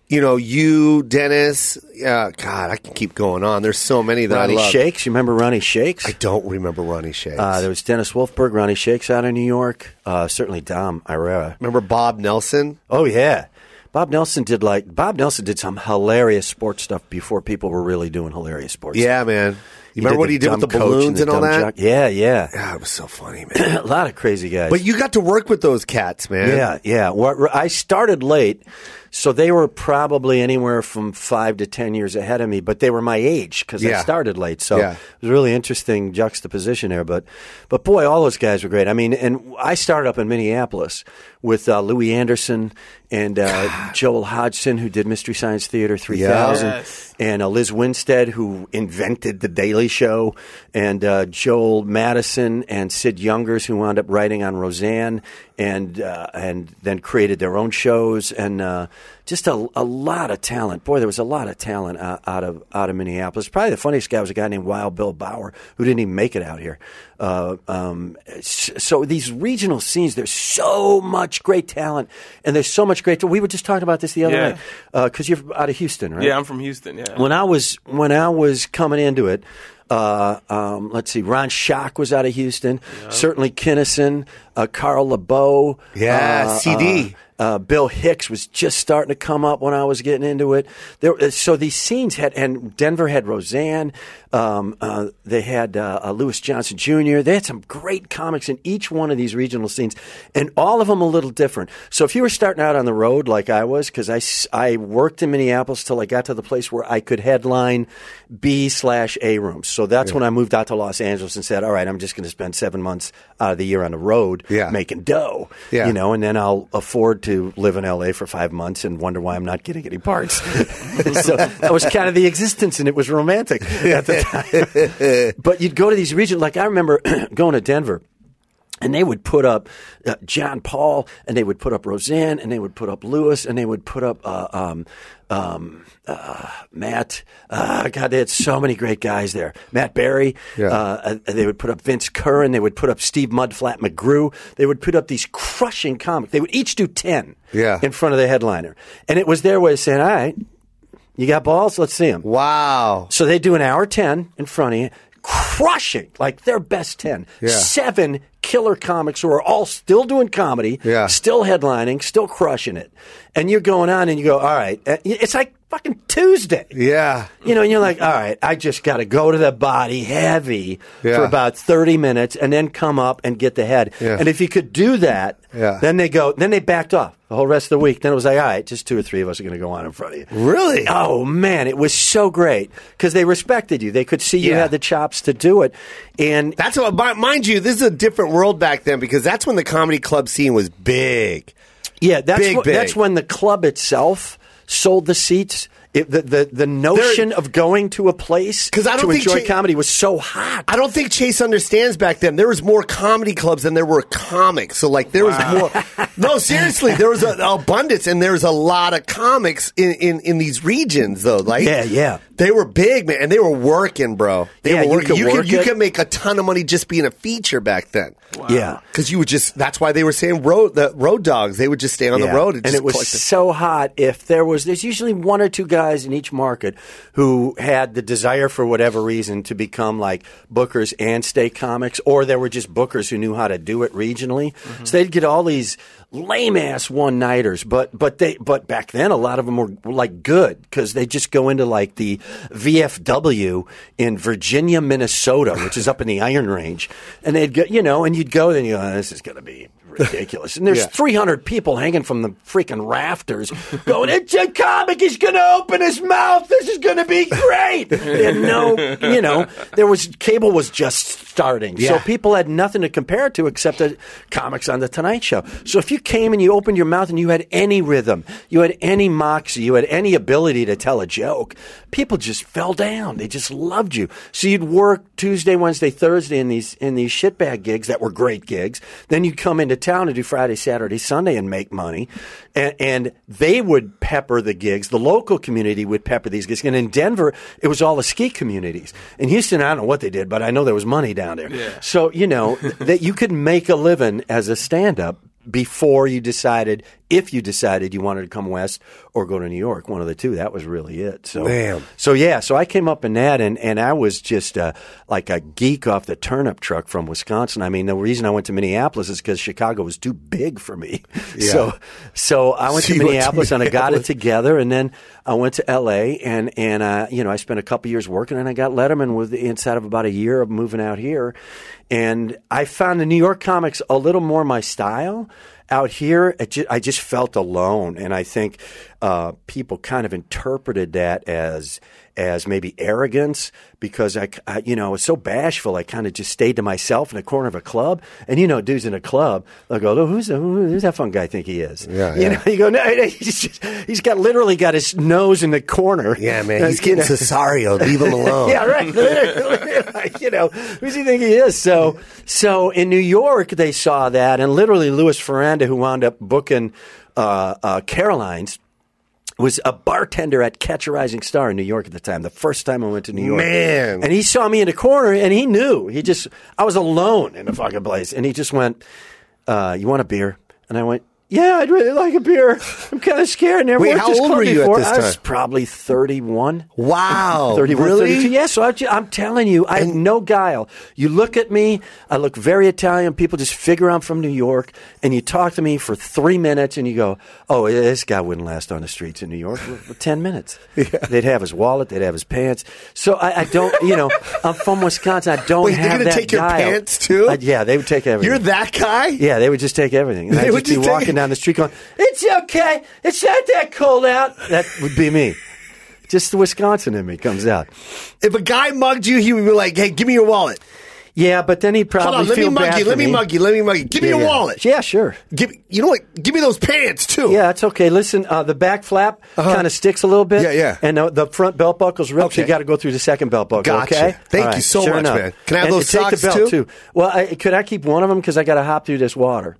you know, you, Dennis, uh, God, I can keep going on. There's so many that I
Ronnie
love.
Shakes. You remember Ronnie Shakes?
I don't remember Ronnie Shakes.
Uh, there was Dennis Wolfberg, Ronnie Shakes out of New York. Uh, certainly Dom Irera.
remember Bob Nelson?
Oh, yeah. Bob Nelson did like Bob Nelson did some hilarious sports stuff before people were really doing hilarious sports.
Yeah, man. You remember
did
what
the
he did with the
dumb coach
balloons and, all
dumb
that?
jock- Yeah, yeah. (clears throat)
God, it was so funny, man.
A lot of crazy guys.
but you got to work with those cats, man.
Yeah, yeah. Well, I started late, so they were probably anywhere from five to ten years ahead of me, but they were my age because
Yeah.
I started late. So
Yeah.
it was a really interesting juxtaposition there. But, but boy, all those guys were great. I mean, and I started up in Minneapolis with uh, Louis Anderson and uh, Joel Hodgson, who did Mystery Science Theater three thousand,
Yes.
and uh, Liz Winstead, who invented The Daily Show, and uh, Joel Madison and Sid Youngers, who wound up writing on Roseanne, and uh, and then created their own shows, and uh, just a, a lot of talent. Boy, there was a lot of talent uh, out of out of Minneapolis. Probably the funniest guy was a guy named Wild Bill Bauer, who didn't even make it out here. Uh, um, s- so these regional scenes, there's so much great talent, and there's so much great. We were just talking about this the other
Yeah.
night because you're out of Houston, right?
Yeah, I'm from Houston. Yeah.
when I was when I was coming into it, uh, um, let's see, Ron Schock was out of Houston. Certainly Kinnison, uh, Carl LeBeau.
Yeah,
uh,
CD.
Uh, uh, Bill Hicks was just starting to come up when I was getting into it. There, uh, so these scenes had, and Denver had Roseanne. Um, uh, they had uh, uh, Lewis Johnson Jr. They had some great comics in each one of these regional scenes, and all of them a little different. So if you were starting out on the road like I was, because I, s- I worked in Minneapolis till I got to the place where I could headline B slash A rooms. So that's when I moved out to Los Angeles and said, all right, I'm just going to spend seven months out of the year on the road
Yeah.
making dough.
Yeah.
You know, and then I'll afford to live in LA for five months and wonder why I'm not getting any parts. so that was kind of the existence, and it was romantic at the time. but you'd go to these regions, like I remember (clears throat) going to Denver. And they would put up uh, John Paul, and they would put up Roseanne, and they would put up Lewis, and they would put up uh, um, um, uh, Matt. Uh, God, they had so many great guys there. Matt Barry.
Yeah.
Uh, uh, they would put up Vince Curran. They would put up Steve Mudflat McGrew. They would put up these crushing comics. They would each do ten
Yeah.
in front of the headliner, and it was their way of saying, "All right, you got balls? Let's see them."
Wow.
So they do an hour 10 in front of you, crushing, like their best 10.
Yeah.
Seven killer comics who are all still doing comedy,
Yeah.
still headlining, still crushing it. And you're going on and you go, all right, uh, it's like fucking Tuesday.
Yeah.
You know, and you're like, all right, I just got to go to the body heavy
Yeah.
for about 30 minutes and then come up and get the head.
Yeah.
And if you could do that,
Yeah.
then they go, then they backed off the whole rest of the week. Then it was like, all right, just two or three of us are going to go on in front of you.
Really?
Oh, man, it was so great because they respected you. They could see you
Yeah.
had the chops to do it. And
That's what, mi- mind you, this is a different world back then because that's when the comedy club scene was big.
Yeah, that's
Big,
wh-
big.
that's when the club itself sold the seats It, the, the the notion of going to a place
'Cause I don't
to
think
enjoy
cha-
comedy was so hot.
I don't think Chase understands back then. There was more comedy clubs than there were comics. So like there was
(laughs)
more. No, seriously, there was an abundance, and there was a lot of comics in, in, in these regions though. Like
Yeah, yeah.
they were big man, and they were working, bro. They
Yeah,
were
you
working.
could
You could,
work
you
it.
could make a ton of money just being a feature back then.
Yeah.
Because you would just, that's why they were saying road the road dogs. They would just stay on the
Yeah.
road.
and
just
it was
collect the-
so hot. If there was, there's usually one or two guys in each market who had the desire for whatever reason to become like bookers and state comics, or there were just bookers who knew how to do it regionally.
Mm-hmm.
So they'd get all these lame ass one nighters, but but they but back then a lot of them were, were like good because they just go into like the VFW in Virginia, Minnesota, which is up in the Iron Range, and they'd go, you know, and you'd go, and you go, this is going to be ridiculous, and there's
Yeah.
three. 300 people hanging from the freaking rafters going, it's a comic. He's going to open his mouth. This is going to
(laughs)
be great. and no, you know, there was cable was just starting. So
Yeah.
people had nothing to compare it to except the comics on the Tonight Show. So if you came and you opened your mouth and you had any rhythm, you had any moxie, you had any ability to tell a joke, people just fell down. They just loved you. So you'd work Tuesday, Wednesday, Thursday in these in these shitbag gigs that were great gigs. Then you'd come into town and do Friday, Saturday, Sunday and make money. And, and they would pepper the gigs. The local community would pepper these gigs. And in Denver, it was all the ski communities. In Houston, I don't know what they did, but I know there was money down there. So, you know, that you could make a living as a stand up before you decided, if you decided you wanted to come west or go to New York, one of the two. That was really it. So,
Man.
so yeah, so I came up in that, and, and I was just uh, like a geek off the turnip truck from Wisconsin. I mean, the reason I went to Minneapolis is because Chicago was too big for me. (laughs) So, so I went
So
to
you went to
Minneapolis and I got it together, and then I went to L.A. and and uh, you know I spent a couple years working, and I got Letterman with inside of about a year of moving out here, and I found the New York comics a little more my style out here, it ju- I just felt alone, and I think uh, people kind of interpreted that as as maybe arrogance because I, c- I- you know, was so bashful. I kind of just stayed to myself in the corner of a club, and you know, dudes in a club, they'll go, oh, "Who's the, who, who's that fun guy? Think he is?"
Yeah,
you
yeah.
know, (laughs) you go, "No, no, he's, just, he's got literally got his nose in the corner."
Yeah, man.
Uh,
He's
you
getting
know.
Cesario. Leave him alone.
(laughs) Yeah, right.
(laughs)
Like, (laughs) you know, who's he think he is? So, so in New York, they saw that, and literally, Louis Ferranda, who wound up booking uh, uh, Caroline's, was a bartender at Catch a Rising Star in New York at the time. The first time I went to New York,
Man.
and he saw me in the corner, and he knew. He just, I was alone in the fucking place, and he just went, uh, "You want a beer?" And I went. Yeah, I'd really like a beer. I'm kind of scared. Never
Wait,
worked
how
this
old
club
were you at
before.
this
I was
time?
probably 31. (laughs)
Wow.
31,
Oh, really?
32. Yeah, so I, ju- I'm telling you, I have no guile. You look at me, I look very Italian. People just figure I'm from New York, and you talk to me for three minutes, and you go, oh, yeah, this guy wouldn't last on the streets in New York for for
(laughs)
10 minutes. They'd have his wallet, they'd have his pants. So I, I don't, you know, I'm from Wisconsin. I don't
Wait, they're
have
gonna
that
take your
guile.
pants, too?
I- yeah, they would take everything.
You're that guy?
Yeah, they would just take everything. And
They
I'd
would
just be
just take
walking
it.
down the street going, It's okay. It's not that cold out. That would be me. Just the Wisconsin in me comes out.
If a guy mugged you, he would be like, hey, give me your wallet.
Yeah, but then he'd probably
Hold on, let me
feel
mug
bad
you.
for
Let me mug you. Let me mug you. Give me
Yeah,
your
yeah.
wallet.
Yeah, sure.
Give, you know what? Give me those pants, too.
Yeah, it's okay. Listen, uh, the back flap kind of sticks a little bit.
Uh-huh. Yeah, yeah.
And uh, the front belt buckle's ripped. so you
Okay.
got to go through the second belt buckle.
Gotcha.
Okay.
Thank
All
you so
sure
much,
enough.
man. Can I have
And
those
take the
socks,
belt,
too?
Well, I, could I keep one of them because I got to hop through this water?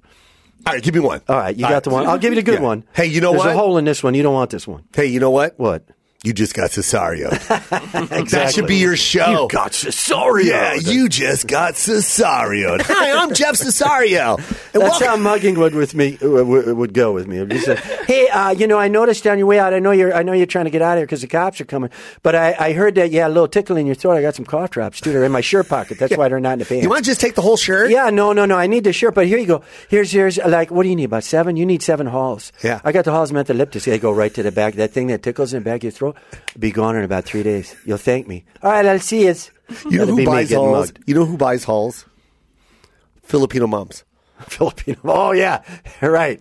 All right, give me one.
All right, you
All
got
right.
the one. I'll give you the good
Yeah.
one.
Hey, you know
There's
what?
There's a hole in this one. You don't want this one.
Hey, you know what?
What?
You just got
(laughs)
Cesario. That
Exactly.
should be your show.
You got Cesario.
Oh. Yeah, you just got
(laughs)
Cesario. Hi, I'm Jeff Cesario. And
That's
welcome-
(laughs) how mugging would with me uh, w- w- would go with me. It'd be so, (laughs) hey, uh, you know, I noticed on your way out. I know you're. I know you're trying to get out of here because the cops are coming. But I, I heard that you had a little tickle in your throat. I got some cough drops too. They're in my shirt pocket. That's why they're not in the pants.
you want to just take the whole shirt?
yeah, no, no, no. I need the shirt, but here you go. Here's here's like what do you need? About seven? You need seven halls.
Yeah.
I got the halls meant elliptus. They go right to the back. That thing that tickles in the back of your throat, be gone in about three days. You'll thank me. All right, I'll see you.
You know
That'd
who
be me
buys
getting
halls?
mugged.
You know who buys halls? Filipino moms.
(laughs) Filipino. Oh yeah, (laughs) right.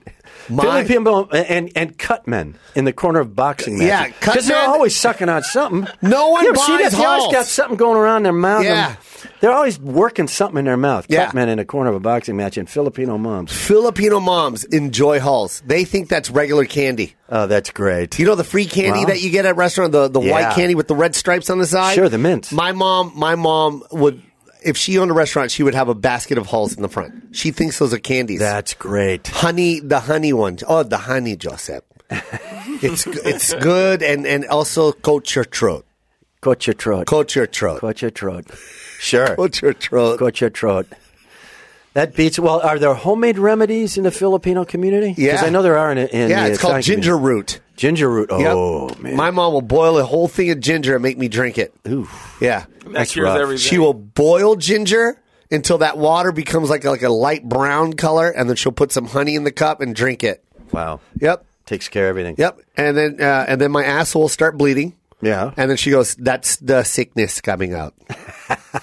My-
Filipino and and cutmen in the corner of boxing matches.
Yeah,
because they're
cutmen-
always sucking on something.
(laughs) No one
you ever see
buys
that? They always
halls.
got something going around their mouth.
Yeah.
they're always working something in their mouth.
Yeah.
Cutmen in the corner of a boxing match and Filipino moms.
Filipino moms enjoy hulls. They think that's regular candy.
Oh, that's great.
You know the free candy
Wow.
that you get at restaurant, the, the
Yeah.
white candy with the red stripes on the side?
Sure, the mints.
My mom my mom would if she owned a restaurant, she would have a basket of hulls in the front. She thinks those are candies.
that's great.
honey the honey one. Oh the honey,
(laughs)
Joseph. it's it's good and, and also coat your throat.
Cut your throat.
Coat your throat.
Cut your throat. Sure.
Coat your throat.
Cut your throat. That beats. Well, are there homemade remedies in the Filipino community?
Yeah.
because I know there are in. in
yeah,
the
it's called
Italian
ginger
community.
root.
Ginger root.
Yep.
Oh man,
My mom will boil a whole thing of ginger and make me drink it.
Ooh.
Yeah.
That
That's
cures
rough.
everything.
She will boil ginger until that water becomes like a, like a light brown color, and then she'll put some honey in the cup and drink it.
Wow.
Yep,
Takes care of everything.
yep. And then uh, and then my asshole will start bleeding.
Yeah.
And then she goes, "That's the sickness coming out."
(laughs)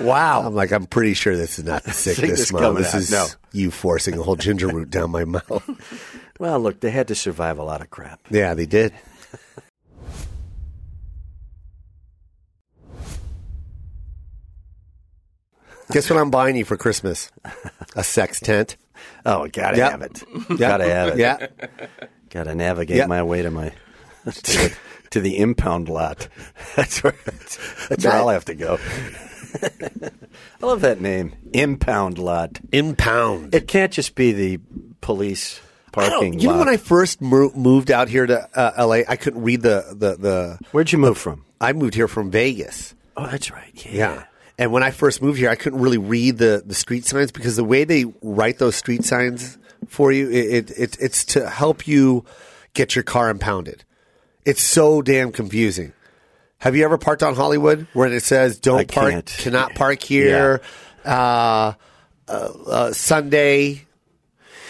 Wow.
I'm like, I'm pretty sure this is not the sickness,
(laughs) Sickness
mom.
coming
This
out,
is
no.
you forcing a whole ginger root down my mouth.
Well, look, they had to survive a lot of crap.
yeah, they did. Guess what I'm buying you for Christmas? A sex tent.
Oh, gotta
Yep.
have it. (laughs) Gotta have it.
Yeah.
Gotta navigate
Yep.
my way to my (laughs) to, the- to the impound lot. (laughs) That's where that's, that's where
That-
I'll have to go. (laughs) I love that name, impound lot.
Impound.
It can't just be the police
I don't-
parking
Oh, you know
lot.
when I first mo- moved out here to uh, LA, I couldn't read the, the the
Where'd you move from?
I moved here from Vegas.
Oh, that's right. Yeah.
And when I first moved here, I couldn't really read the, the street signs because the way they write those street signs for you, it, it, it it's to help you get your car impounded. It's so damn confusing. Have you ever parked on Hollywood where it says don't
I
park,
can't.
cannot park
(laughs)
here, uh, uh, uh, Sunday,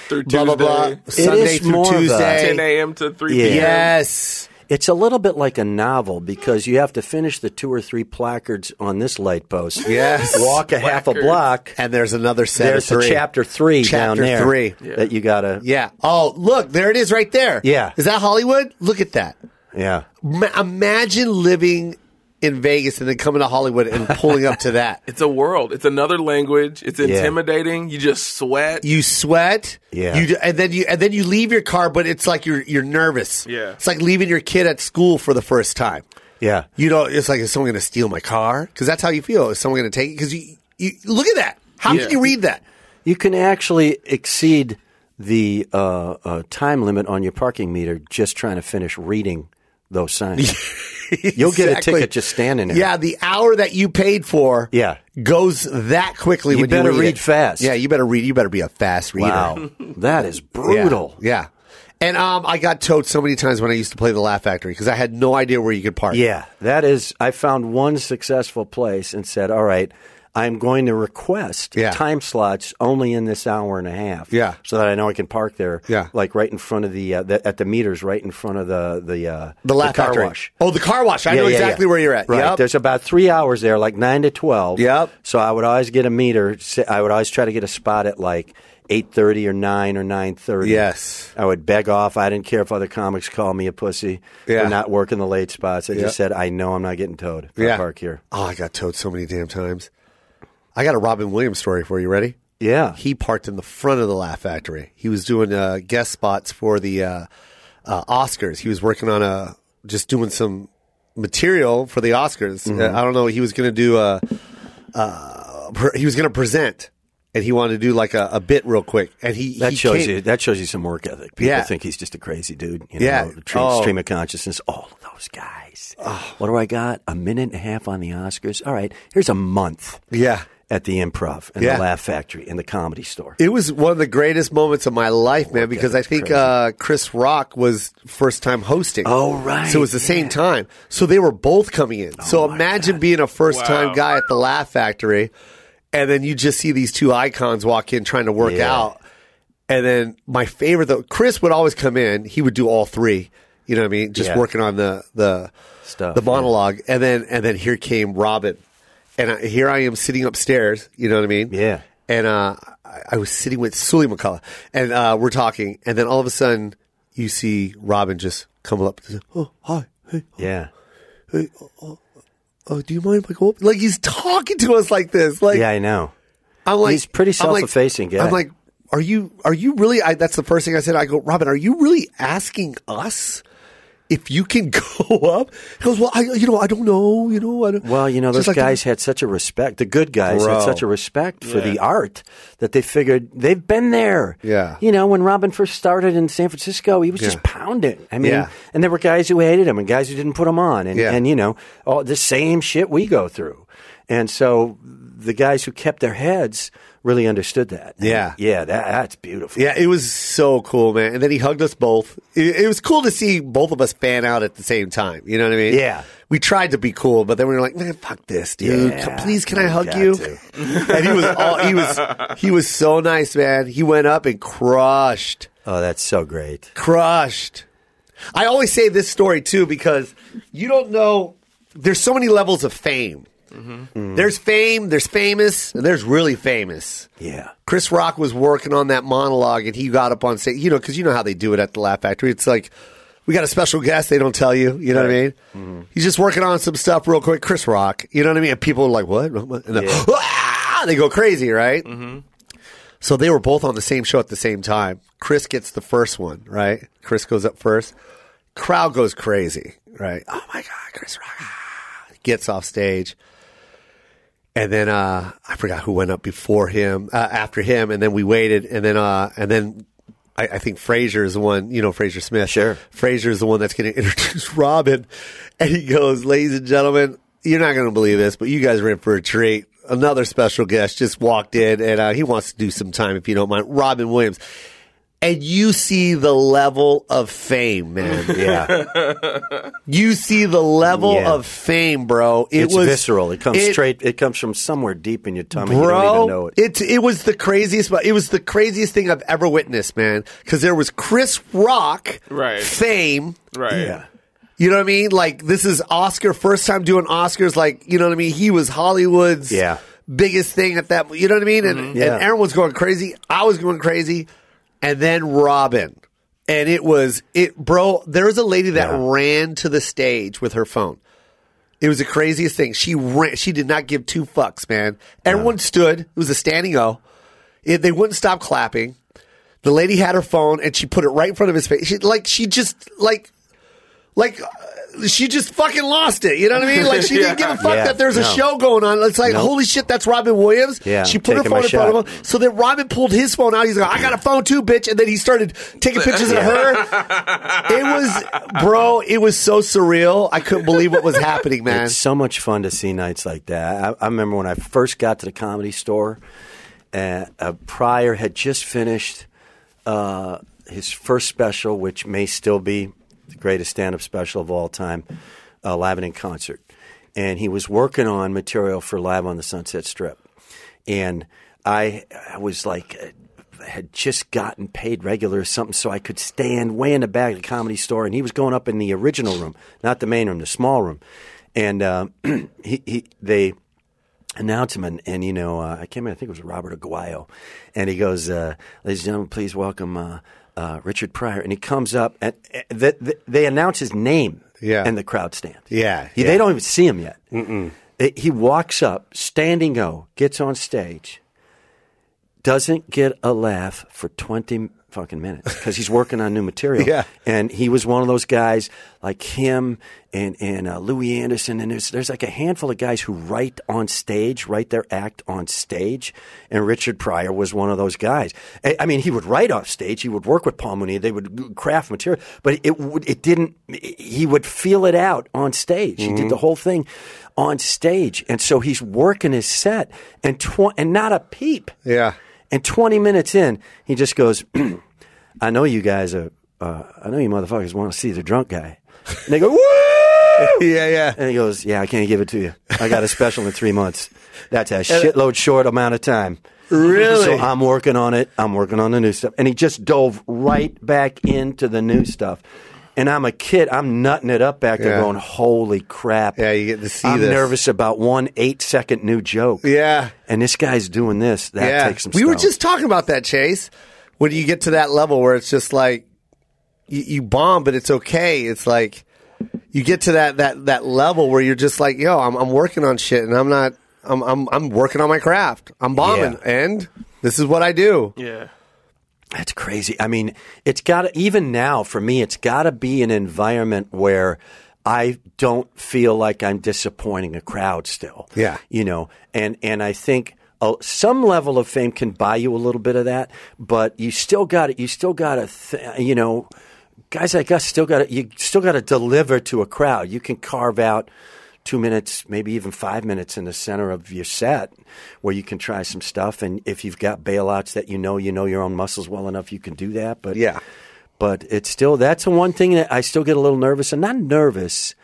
through
blah blah blah,
Tuesday,
Sunday
is
through
more of a-
Tuesday,
10 a.m. to 3
Yeah.
p.m.
Yes.
It's a little bit like a novel because you have to finish the two or three placards on this light post.
Yes.
Walk a half a
Placards.
block.
And there's another set
There's
of
a
three.
chapter three down
Chapter
there
three.
that you gotta.
Yeah. Oh, look, there it is right there.
Yeah.
Is that Hollywood? Look at that.
yeah.
Ma- imagine living in Vegas and then coming to Hollywood and pulling up to
(laughs)
that.
It's a world. It's another language. It's intimidating. You just sweat.
You sweat.
Yeah.
You d- and then you and then you leave your car, but it's like you're you're nervous.
Yeah.
It's like leaving your kid at school for the first time.
Yeah.
You know, it's like is someone going to steal my car? Because that's how you feel. Is someone going to take it? Because you you look at that. How
Yeah.
can you read that?
You can actually exceed the uh, uh, time limit on your parking meter just trying to finish reading those signs. (laughs)
(laughs)
You'll get a
Exactly.
ticket just standing there.
Yeah, the hour that you paid for
Yeah.
goes that quickly
You
when
better
you
read
it.
fast.
Yeah, you better read. You better be a fast reader. (laughs)
Wow. that is
Yeah.
brutal.
Yeah. And um, I got towed so many times when I used to play the Laugh Factory because I had no idea where you could park.
Yeah, that is. I found one successful place and said, "All right, I'm going to request
Yeah.
time slots only in this hour and a half.
Yeah.
so that I know I can park there.
Yeah.
like right in front of the, uh, the at the meters, right in front of the the uh,
The Laugh
car
Factory.
wash.
Oh, the car wash. I
Yeah,
know
yeah,
exactly
yeah.
where you're at.
Right.
Yep.
There's about three hours there, like nine to twelve.
Yep.
So I would always get a meter. say- I would always try to get a spot at like eight thirty or nine or nine thirty.
Yes.
I would beg off. I didn't care if other comics called me a pussy
Yeah.
for not working the late spots. I
Yep.
just said, I know I'm not getting towed. if I
Yeah.
park here.
Oh, I got towed so many damn times. I got a Robin Williams story for you. Ready?
Yeah.
He parked in the front of the Laugh Factory. He was doing uh, guest spots for the uh, uh, Oscars. He was working on a just doing some material for the Oscars.
Mm-hmm.
Uh, I don't know. He was going to do a. Uh, pre- he was going to present, and he wanted to do like a, a bit real quick. And he
that
he
shows
came-
you. That shows you some work ethic. People
Yeah.
think he's just a crazy dude. You know,
Yeah.
Stream,
Oh.
stream of consciousness. All those guys. What do I got? A minute and a half on the Oscars. All right. Here's a month.
Yeah.
At the Improv and
Yeah.
the Laugh Factory and the Comedy Store.
It was one of the greatest moments of my life, man, because I think uh, Chris Rock was first time hosting.
Oh, right, Oh,
So it was the same time. So they were both coming in. so imagine being a first time
Wow.
guy at the Laugh Factory, and then you just see these two icons walk in trying to work
Yeah.
out. And then my favorite, though, Chris would always come in. He would do all three. You know what I mean? Just
Yeah.
working on the the
Stuff,
the
yeah.
monologue, and then and then here came Robin, and I, here I am sitting upstairs. You know what I mean?
Yeah.
And uh, I- I was sitting with Sully McCullough, and uh, we're talking, and then all of a sudden you see Robin just come up. and say, Oh, hi, hey,
Yeah.
oh, do you mind if I go up? Like he's talking to us like this. Like
Yeah, I know.
I'm like,
He's pretty
I'm like-
self-effacing guy.
I'm like, are you are you really? I, that's the first thing I said. I go, Robin, are you really asking us if you can (laughs) go up? He goes, well, I you know I don't know, you know. I don't.
Well, you know,
Just
those
like the-
guys had such a respect. The good guys
Bro.
had such a respect for the art that they figured they've been there.
Yeah.
You know, when Robin first started in San Francisco, he was just pounding. I mean,
Yeah.
and there were guys who hated him and guys who didn't put him on. And,
Yeah.
and you know, all the same shit we go through. And so the guys who kept their heads really understood that.
Yeah.
Yeah, that, that's beautiful.
Yeah, it was so cool, man. And then he hugged us both. It, it was cool to see both of us fan out at the same time. You know what I mean?
Yeah.
We tried to be cool, but then we were like, man, fuck this, dude.
Yeah,
Come- Please, can I
you
hug
got
you?
to.
(laughs) and he was all, he was he was so nice, man. He went up and crushed
Oh, that's so great.
crushed. I always say this story too because you don't know. There's so many levels of fame.
Mm-hmm.
There's fame, there's famous, and there's really famous.
Yeah.
Chris Rock was working on that monologue and he got up on stage, you know, because you know how they do it at the Laugh Factory. It's like, we got a special guest, they don't tell you, you know what I mean? He's just working on some stuff real quick, Chris Rock, you know what I mean? And people are like, what? (laughs) What?" And then, "Ah!" they go crazy, right? So they were both on the same show at the same time. Chris gets the first one, right? Chris goes up first. Crowd goes crazy, right? Oh my God, Chris Rock ah, gets off stage. And then uh, I forgot who went up before him, uh, after him, and then we waited, and then uh, and then I, I think Frazier is the one, you know, Frazier Smith.
Sure.
Frazier is the one that's going to (laughs) introduce Robin, and he goes, "Ladies and gentlemen, you're not going to believe this, but you guys are in for a treat. Another special guest just walked in, and uh, he wants to do some time if you don't mind. Robin Williams." And you see the level of fame, man.
(laughs) Yeah.
You see the level
Yeah.
of fame, bro. It
it's
was
visceral. It comes
it-
straight. It comes from somewhere deep in your tummy. you
bro.
don't even know it.
It it was the craziest, but it was the craziest thing I've ever witnessed, man. Because there was Chris Rock,
Right.
Fame.
Right.
yeah.
You know what I mean? Like this is Oscar first time doing Oscars. Like you know what I mean? He was Hollywood's
Yeah. Mm-hmm.
biggest thing at that. You know what I mean? And,
Yeah.
and Aaron was going crazy. I was going crazy, and then Robin. And it was it, bro. There was a lady that
Yeah.
ran to the stage with her phone. It was the craziest thing. She ran. She did not give two fucks, man. Everyone stood. It was a standing O. It, they wouldn't stop clapping. The lady had her phone and she put it right in front of his face. She, like she just like like uh, she just fucking lost it. You know what I mean? Like she didn't give a fuck
Yeah.
that there's a
No.
show going on. It's like
Nope.
holy shit, that's Robin Williams.
Yeah,
she put her
taking my
phone in front
shot.
of him. So then Robin pulled his phone out. He's like, I got a phone too, bitch. And then he started taking pictures of her. It was, bro. It was so surreal. I couldn't believe what was happening, man.
It's so much fun to see nights like that. I, I remember when I first got to the comedy store, uh, uh, Pryor had just finished uh, his first special, which may still be the greatest stand up special of all time, uh, Live and in Concert. And he was working on material for Live on the Sunset Strip. And I, I was like, uh, had just gotten paid regular or something, so I could stand way in the back of the comedy store. And he was going up in the original room, not the main room, the small room. And uh, (clears throat) he, he, they, announcement, and you know, uh, I came in. I think it was Robert Aguayo, and he goes, uh, "Ladies and gentlemen, please welcome uh, uh, Richard Pryor." And he comes up, and, and th- th- they announce his name,
Yeah.
and the crowd stands.
Yeah,
He-
yeah.
they don't even see him yet. Mm-mm. he walks up, standing o, gets on stage, doesn't get a laugh for 20 fucking minutes because he's working on new
(laughs)
material.
Yeah.
And he was one of those guys like him and, and uh, Louis Anderson. And there's, there's like a handful of guys who write on stage, write their act on stage. And Richard Pryor was one of those guys. I, I mean, he would write off stage. He would work with Paul Mooney. They would craft material, but it, would, it didn't, he would feel it out on stage. He did the whole thing on stage. And so he's working his set and, tw- and not a peep.
Yeah.
And 20 minutes in, he just goes, (clears throat) I know you guys are, uh, I know you motherfuckers want to see the drunk guy. And they go, (laughs) woo!
(laughs) Yeah, yeah.
And he goes, Yeah, I can't give it to you. I got a special in three months.
(laughs)
That's a shitload short amount of time.
Really?
So I'm working on it. I'm working on the new stuff. And he just dove right back into the new stuff. And I'm a kid. I'm nutting it up back there,
Yeah.
going, "Holy crap!"
Yeah, you get to see
I'm
this.
nervous about one eight-second new joke.
Yeah.
and this guy's doing this. That
yeah.
takes some.
we were
stone.
just talking about that, Chase. When you get to that level where it's just like you, you bomb, but it's okay. It's like you get to that that that level where you're just like, yo, I'm I'm working on shit, and I'm not. I'm I'm I'm working on my craft. I'm bombing,
Yeah.
and this is what I do.
Yeah.
That's crazy. I mean, it's got to, even now for me, it's got to be an environment where I don't feel like I'm disappointing a crowd still.
Yeah.
You know, and, and I think uh, some level of fame can buy you a little bit of that, but you still got it. You still got to, th- you know, guys like us still got to, you still got to deliver to a crowd. You can carve out two minutes, maybe even five minutes in the center of your set where you can try some stuff. And if you've got bailouts that you know, you know your own muscles well enough, you can do that. But
Yeah.
but it's still that's the one thing that I still get a little nervous. I'm not nervous.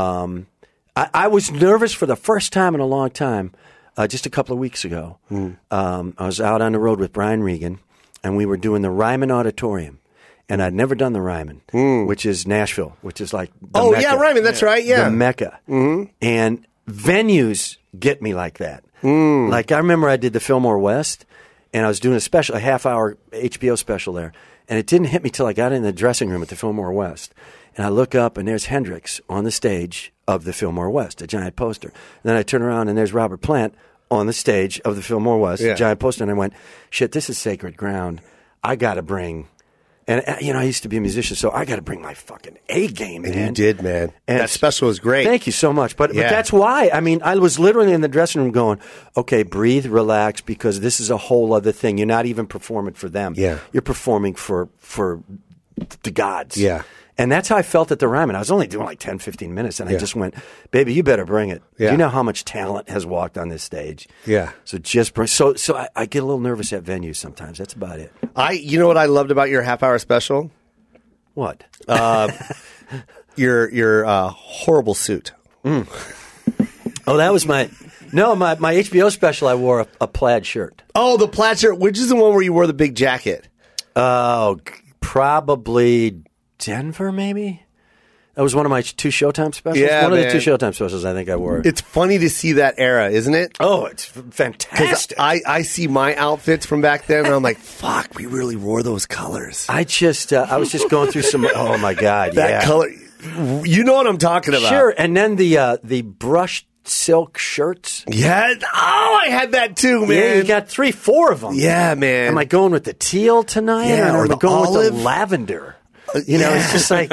Um, I, I was nervous for the first time in a long time, uh, just a couple of weeks ago.
Hmm.
Um, I was out on the road with Brian Regan, and we were doing the Ryman Auditorium. And I'd never done the Ryman, which is Nashville, which is like
Hmm.
the
oh
Mecca
yeah, Ryman, that's right. Yeah,
the mecca. Mm-hmm. And venues get me like that.
Mm.
Like I remember I did the Fillmore West, and I was doing a special, a half hour HBO special there, and it didn't hit me till I got in the dressing room at the Fillmore West, and I look up and there's Hendrix on the stage of the Fillmore West, a giant poster. And then I turn around and there's Robert Plant on the stage of the Fillmore West,
Yeah.
a giant poster, and I went, "Shit, this is sacred ground. I got to bring." And uh, you know, I used to be a musician, so I got to bring my fucking A game.
and
man.
you did, man.
And-
that special was great.
Thank you so much. But,
Yeah.
but that's why. I mean, I was literally in the dressing room going, okay, breathe, relax, because this is a whole other thing. You're not even performing for them.
Yeah.
You're performing for, for the gods.
Yeah.
And that's how I felt at the Ryman. I was only doing like 10, 15 minutes, and
Yeah.
I just went, baby, you better bring it. Do
Yeah.
you know how much talent has walked on this stage?
Yeah.
So just bring. So, so I, I get a little nervous at venues sometimes. That's about it.
I, you know what I loved about your half hour special?
What?
Your your uh, horrible suit.
Oh, that was my. No, my, my HBO special, I wore a, a plaid shirt.
Oh, the plaid shirt, which is the one where you wore the big jacket.
Oh, g- probably Denver, maybe. That was one of my two Showtime specials.
Yeah,
one of
man.
the two Showtime specials. I think I wore.
It's funny to see that era, isn't it?
oh, it's f-
'Cause
fantastic. I,
I, I see my outfits from back then, and I'm like, fuck, we really wore those colors.
just, uh, I was just going through some. Oh my god,
That
yeah.
color, you know what I'm talking about.
Sure, and then the uh, the brushed silk shirts.
Yeah. Oh, I had that too, man.
Yeah, you got three, four of them.
Yeah, man.
Am I going with the teal tonight?
Yeah,
or
or
am
the
I going with
olive?
the lavender? You know, it's just like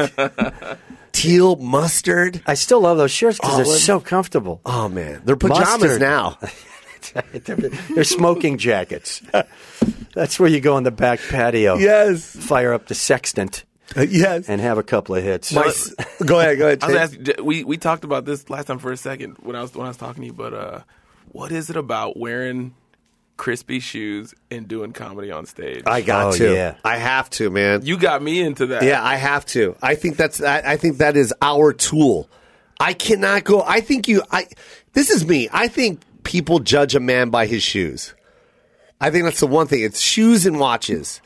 teal mustard.
I still love those shirts because they're
Olive.
so comfortable.
Oh man, they're pajamas
Mustard. (laughs)
now. (laughs)
they're, they're smoking jackets. (laughs) That's where you go on the back patio.
yes. Uh,
Fire up the sextant
Yes.
and have a couple of hits.
My s- go ahead. Go ahead.
(laughs)
I was
Chase.
asking, j- we we talked about this last time for a second when I was when I was talking to you, but uh, what is it about wearing crispy shoes and doing comedy on stage?
I got
Oh,
to.
yeah.
I have to, man.
you got me into that.
Yeah, I have to. I think that's. I, I think that is our tool. I cannot go. I think you. I. This is me. I think people judge a man by his shoes. I think that's the one thing. It's shoes and watches.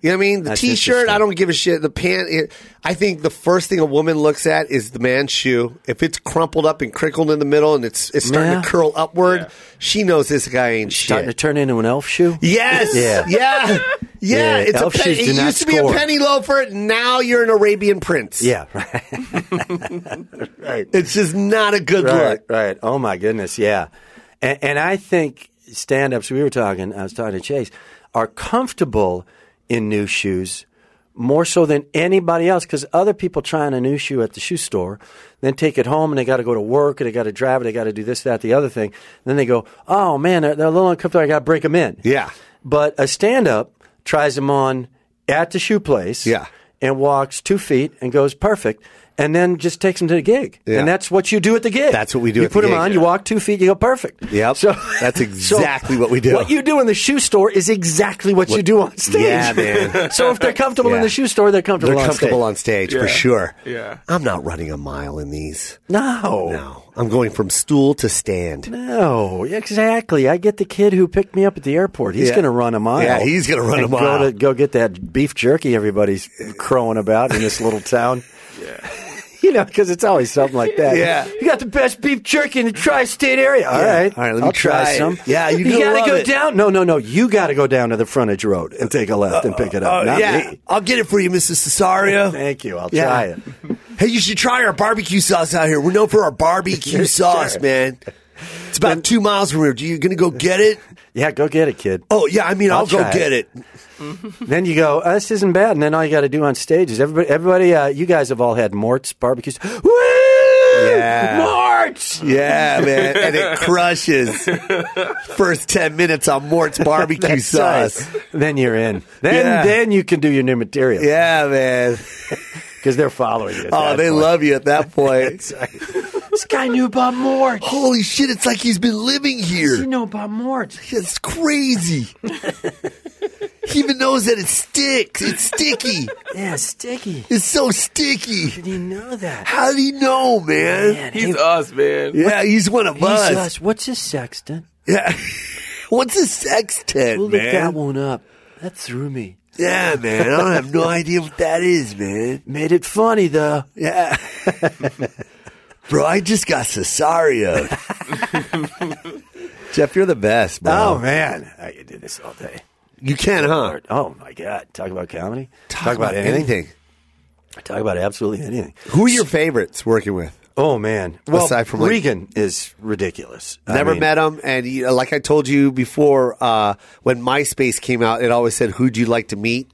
You know what I mean? The
That's
t-shirt, I
interesting.
don't give a shit. The pant. It, I think the first thing a woman looks at is the man's shoe. If it's crumpled up and crinkled in the middle and it's it's starting
Yeah.
to curl upward,
Yeah.
she knows this guy ain't
Starting to
shit.
turn into an elf shoe?
Yes.
Yeah.
Yeah. Yeah.
Yeah,
It's a
elf
penny.
shoes
It
do not
used to be a
score.
penny loafer. Now you're an Arabian prince.
Yeah, right,
Right. It's just not a good
right,
look.
right. Oh my goodness, yeah. And, and I think stand-ups. We were talking. I was talking to Chase. Are comfortable in new shoes more so than anybody else because other people try on a new shoe at the shoe store, then take it home and they got to go to work and they got to drive it. They got to do this, that, the other thing. then they go, oh man, they're, they're a little uncomfortable. I got to break them in.
Yeah.
But a stand up tries them on at the shoe place.
Yeah.
And walks two feet and goes perfect. and then just takes them to the gig.
Yeah.
And that's what you do at the gig.
That's what we do
You
at the
put them
gig,
on,
yeah.
you walk two feet, you go perfect.
Yep. That's exactly what we do.
What you do in the shoe store is exactly what, you do on stage.
Yeah, man.
(laughs) so if they're comfortable in
Yeah.
the shoe store, they're comfortable
They're
on
comfortable on
stage.
stage for
Yeah.
sure.
Yeah.
I'm not running a mile in these.
No.
No, I'm going from stool to
Oh,
stand.
No, exactly. I get the kid who picked me up at the airport. He's
Yeah.
going to run a mile.
Yeah, he's gonna run a
And
mile.
Go, to, go get that beef jerky everybody's crowing about in this little
(laughs)
town. You know, because it's always something like that.
Yeah.
you got the best beef jerky in the tri-state area. All right,
Yeah. All right, let me
I'll try,
try it.
some.
Yeah, you're
you
gonna
gotta
love
go
it.
down. No, no, no. You got to go down to the frontage road and take a left and pick it up. Not me.
I'll get it for you, Mrs. Cesario.
Thank you. I'll
Oh, Yeah.
try it.
Hey, you should try our barbecue sauce out here. We're known for our
(laughs)
barbecue sauce, man. It's about two miles from here. Do you gonna go get it?
Yeah, go get it, kid.
Oh yeah, I mean I'll,
I'll
go
try it.
get it.
Then you go, oh, this isn't bad. And then all you got to do on stage is everybody, everybody, uh, you guys have all had Mort's barbecues. Woo!
Yeah.
Mort's!
(laughs) Yeah, man, and it crushes. First ten minutes on Mort's barbecue
(laughs) That's
sauce.
right. Then you're in. Then
Yeah.
then you can do your new material.
Yeah, man.
Because they're following you. at
Oh,
that
they
point.
love you at
(laughs)
that point.
This guy knew about Mort's.
Holy shit! It's like he's been living here.
You know about Mort's.
It's crazy. he even knows that it sticks. It's sticky.
Yeah, sticky.
It's so sticky.
Did you know that?
How do you know, man?
Man,
He's
hey,
us, man.
Yeah, he's one of
he's
us.
us. What's a sexton?
Yeah. (laughs) What's a sextet,
We'll look
man?
that one up. That threw me.
Yeah, man. I don't have no idea what that is, man.
Made it funny, though.
Yeah. (laughs) Bro, I just got cesario. (laughs) Jeff, you're the best, bro.
Oh, man. I could do this all day.
you can, huh?
Art. Oh my God! Talk about comedy.
Talk, about, anything.
Talk about absolutely anything.
Who are your favorites working with?
Oh man! Well,
Aside from, like-
Regan is ridiculous. I
Never
mean,
met him, and he, like I told you before, uh, when MySpace came out, it always said, "Who'd you like to meet?"